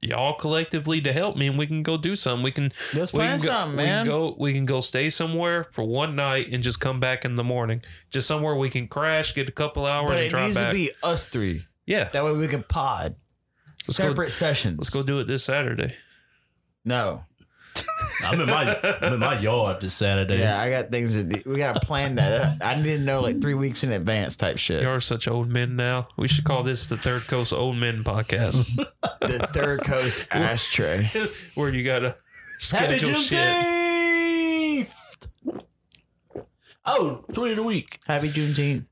Speaker 1: y'all collectively to help me and we can go do something. We can
Speaker 2: Let's
Speaker 1: we
Speaker 2: plan
Speaker 1: can, go,
Speaker 2: something,
Speaker 1: we can
Speaker 2: man.
Speaker 1: go we can go stay somewhere for one night and just come back in the morning. Just somewhere we can crash, get a couple hours
Speaker 2: But
Speaker 1: and
Speaker 2: it
Speaker 1: drive
Speaker 2: needs
Speaker 1: back.
Speaker 2: to be us three.
Speaker 1: yeah.
Speaker 2: That way we can pod.
Speaker 1: Let's go-
Speaker 2: Separate sessions.
Speaker 1: Let's go do it this Saturday.
Speaker 2: No.
Speaker 4: I'm in my I'm in my yard this Saturday.
Speaker 2: Yeah, I got things to do. We got to plan that. I I need to know like three weeks in advance type shit.
Speaker 1: You're such old men now. We should call this the Third Coast Old Men podcast.
Speaker 2: The third coast ashtray.
Speaker 1: where you gotta
Speaker 4: Happy
Speaker 1: schedule shit.
Speaker 4: Juneteenth! Oh, tweet of the week
Speaker 2: Happy Juneteenth.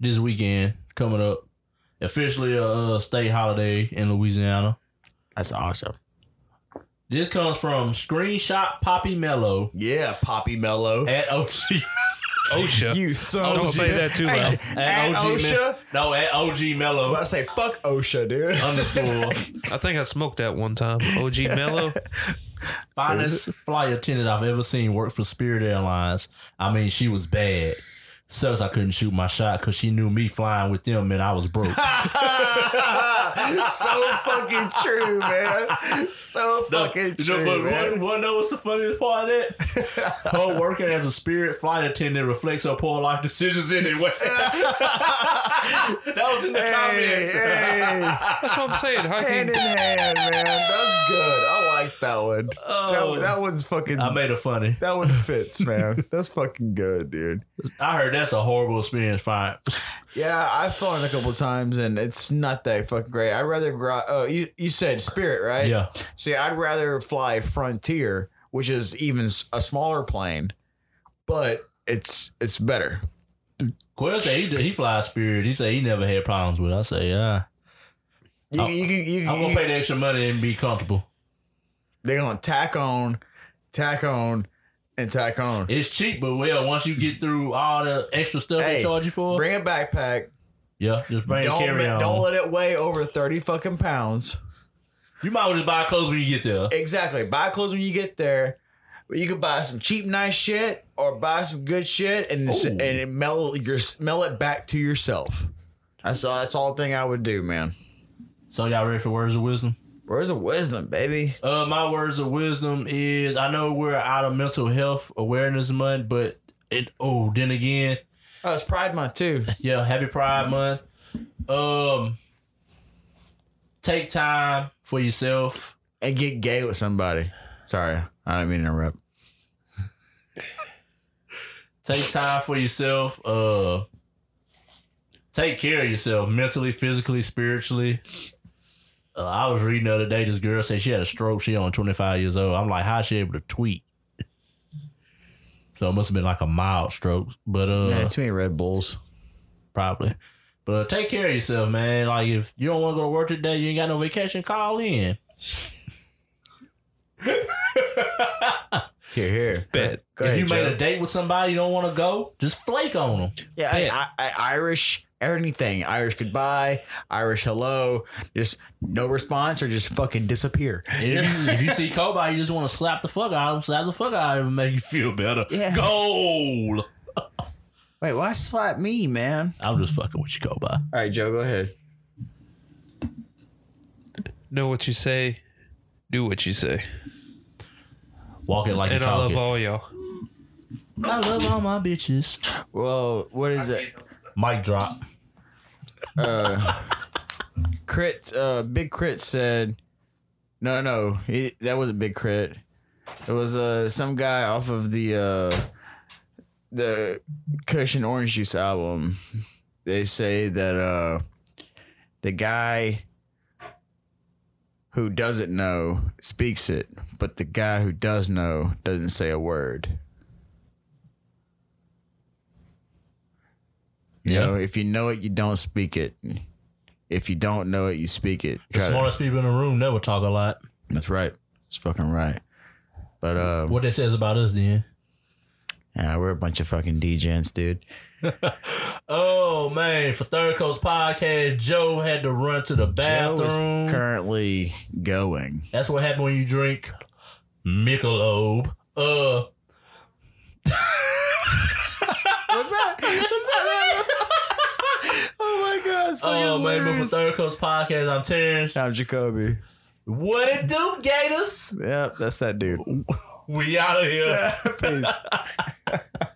Speaker 4: this weekend coming up. Officially a uh, state holiday in Louisiana.
Speaker 2: That's awesome.
Speaker 4: This comes from screenshot Poppy Mello
Speaker 2: Yeah, Poppy Mellow.
Speaker 4: at OG.
Speaker 1: OSHA.
Speaker 2: You son
Speaker 1: Don't
Speaker 2: of a-
Speaker 1: say that too
Speaker 2: Hey,
Speaker 1: loud.
Speaker 2: At
Speaker 4: At OG,
Speaker 2: OSHA.
Speaker 4: no, at OG
Speaker 2: Well, I
Speaker 4: Mello
Speaker 2: say fuck OSHA, dude.
Speaker 4: underscore
Speaker 1: I think I smoked that one time. OG Mello.
Speaker 4: finest flight attendant I've ever seen work for Spirit Airlines. I mean, she was bad. Sucks I couldn't shoot my shot because she knew me flying with them and I was broke.
Speaker 2: so fucking true, man. So fucking
Speaker 4: you know,
Speaker 2: true,
Speaker 4: but
Speaker 2: man.
Speaker 4: One, one know what's the funniest part of that? her working as a spirit flight attendant reflects her poor life decisions anyway. that was in the
Speaker 2: Hey,
Speaker 4: comments.
Speaker 2: hey,
Speaker 1: That's what I'm saying. How can,
Speaker 2: hand in hand, man. That's good. I like that one.
Speaker 4: Oh.
Speaker 2: That, that one's fucking.
Speaker 4: I made it funny.
Speaker 2: that one fits, man. That's fucking good, dude.
Speaker 4: I heard that's a horrible experience. Fine.
Speaker 2: Yeah, I've flown a couple times and it's not that fucking great. I'd rather. Gro- oh, you you said Spirit, right?
Speaker 4: Yeah.
Speaker 2: See, I'd rather fly Frontier, which is even s- a smaller plane, but it's it's better.
Speaker 4: Quill said he, he flies spirit. He said he never had problems with it. I say, yeah.
Speaker 2: You,
Speaker 4: Oh,
Speaker 2: you can you,
Speaker 4: I'm
Speaker 2: can-
Speaker 4: going to pay the extra money and be comfortable.
Speaker 2: they're gonna tack on, tack on, and tack on.
Speaker 4: It's cheap, but well, once you get through all the extra stuff they
Speaker 2: Hey,
Speaker 4: charge you for,
Speaker 2: Bring a backpack.
Speaker 4: yeah, just bring a
Speaker 2: Don't
Speaker 4: carry
Speaker 2: let,
Speaker 4: on.
Speaker 2: don't let it weigh over thirty fucking pounds.
Speaker 4: you might as well just buy clothes when you get there.
Speaker 2: Exactly. Buy clothes when you get there. But you could buy some cheap, nice shit, or buy some good shit, and s-
Speaker 4: Ooh.
Speaker 2: and melt your melt it back to yourself. That's all. That's all thing I would do, man.
Speaker 4: So, y'all ready for words of wisdom?
Speaker 2: Where's the wisdom, baby?
Speaker 4: Uh, my words of wisdom is I know we're out of mental health awareness month, but it oh then again,
Speaker 2: Oh, it's Pride Month too.
Speaker 4: yeah, happy Pride Month. Um, take time for yourself.
Speaker 2: and get gay with somebody. Sorry, I didn't mean to interrupt.
Speaker 4: Take time for yourself. Uh, take care of yourself mentally, physically, spiritually. Uh, I was reading the other day. This girl said she had a stroke. She only twenty five years old. I'm like, how is she able to tweet? So it must have been like a mild stroke, but uh,
Speaker 2: yeah, too many Red Bulls.
Speaker 4: probably. But uh, take care of yourself, man. Like if you don't want to go to work today, you ain't got no vacation, call in.
Speaker 2: Here, here.
Speaker 1: Bet.
Speaker 2: Go
Speaker 4: if
Speaker 2: ahead,
Speaker 4: you made
Speaker 2: Joe.
Speaker 4: a date with somebody you don't want to go, just flake on them.
Speaker 2: yeah, hey, I, I, Irish, anything, Irish goodbye, Irish hello, just no response or just fucking disappear.
Speaker 4: If you, if you see Kobe, you just want to slap the fuck out of him, slap the fuck out of him, make you feel better.
Speaker 2: Yeah.
Speaker 4: Goal.
Speaker 2: Wait, why slap me, man?
Speaker 4: I'm just fucking with you, Kobe.
Speaker 2: All right, Joe, go ahead.
Speaker 1: Know what you say. Do what you say.
Speaker 4: Walk it like you
Speaker 1: And I
Speaker 4: talk
Speaker 1: love
Speaker 4: it.
Speaker 1: all y'all.
Speaker 4: I love all my bitches.
Speaker 2: Well, what is it?
Speaker 4: Mic drop.
Speaker 2: Crit, uh, Big Crit said, no, no, he, that was a Big Crit. It was uh, some guy off of the uh, the Cushion Orange Juice album. They say that uh, the guy who doesn't know speaks it, but the guy who does know doesn't say a word. You
Speaker 4: Yeah.
Speaker 2: know, if you know it, you don't speak it. If you don't know it, you speak it.
Speaker 4: The
Speaker 2: Try to-
Speaker 4: smartest people in the room never talk a lot.
Speaker 2: that's right. That's fucking right. But um,
Speaker 4: What they says about us then.
Speaker 2: yeah, we're a bunch of fucking DJs, dude.
Speaker 4: Oh man, for Third Coast Podcast, Joe had to run to the bathroom.
Speaker 2: currently going.
Speaker 4: That's what happened when you drink Michelob. Uh,
Speaker 2: That's fucking
Speaker 4: Oh, Mabel from
Speaker 2: hilarious.
Speaker 4: Third Coast Podcast. I'm Terrence.
Speaker 2: I'm Jacoby.
Speaker 4: What it do, Gators?
Speaker 2: Yep, that's that dude.
Speaker 4: We out of here.
Speaker 2: Peace.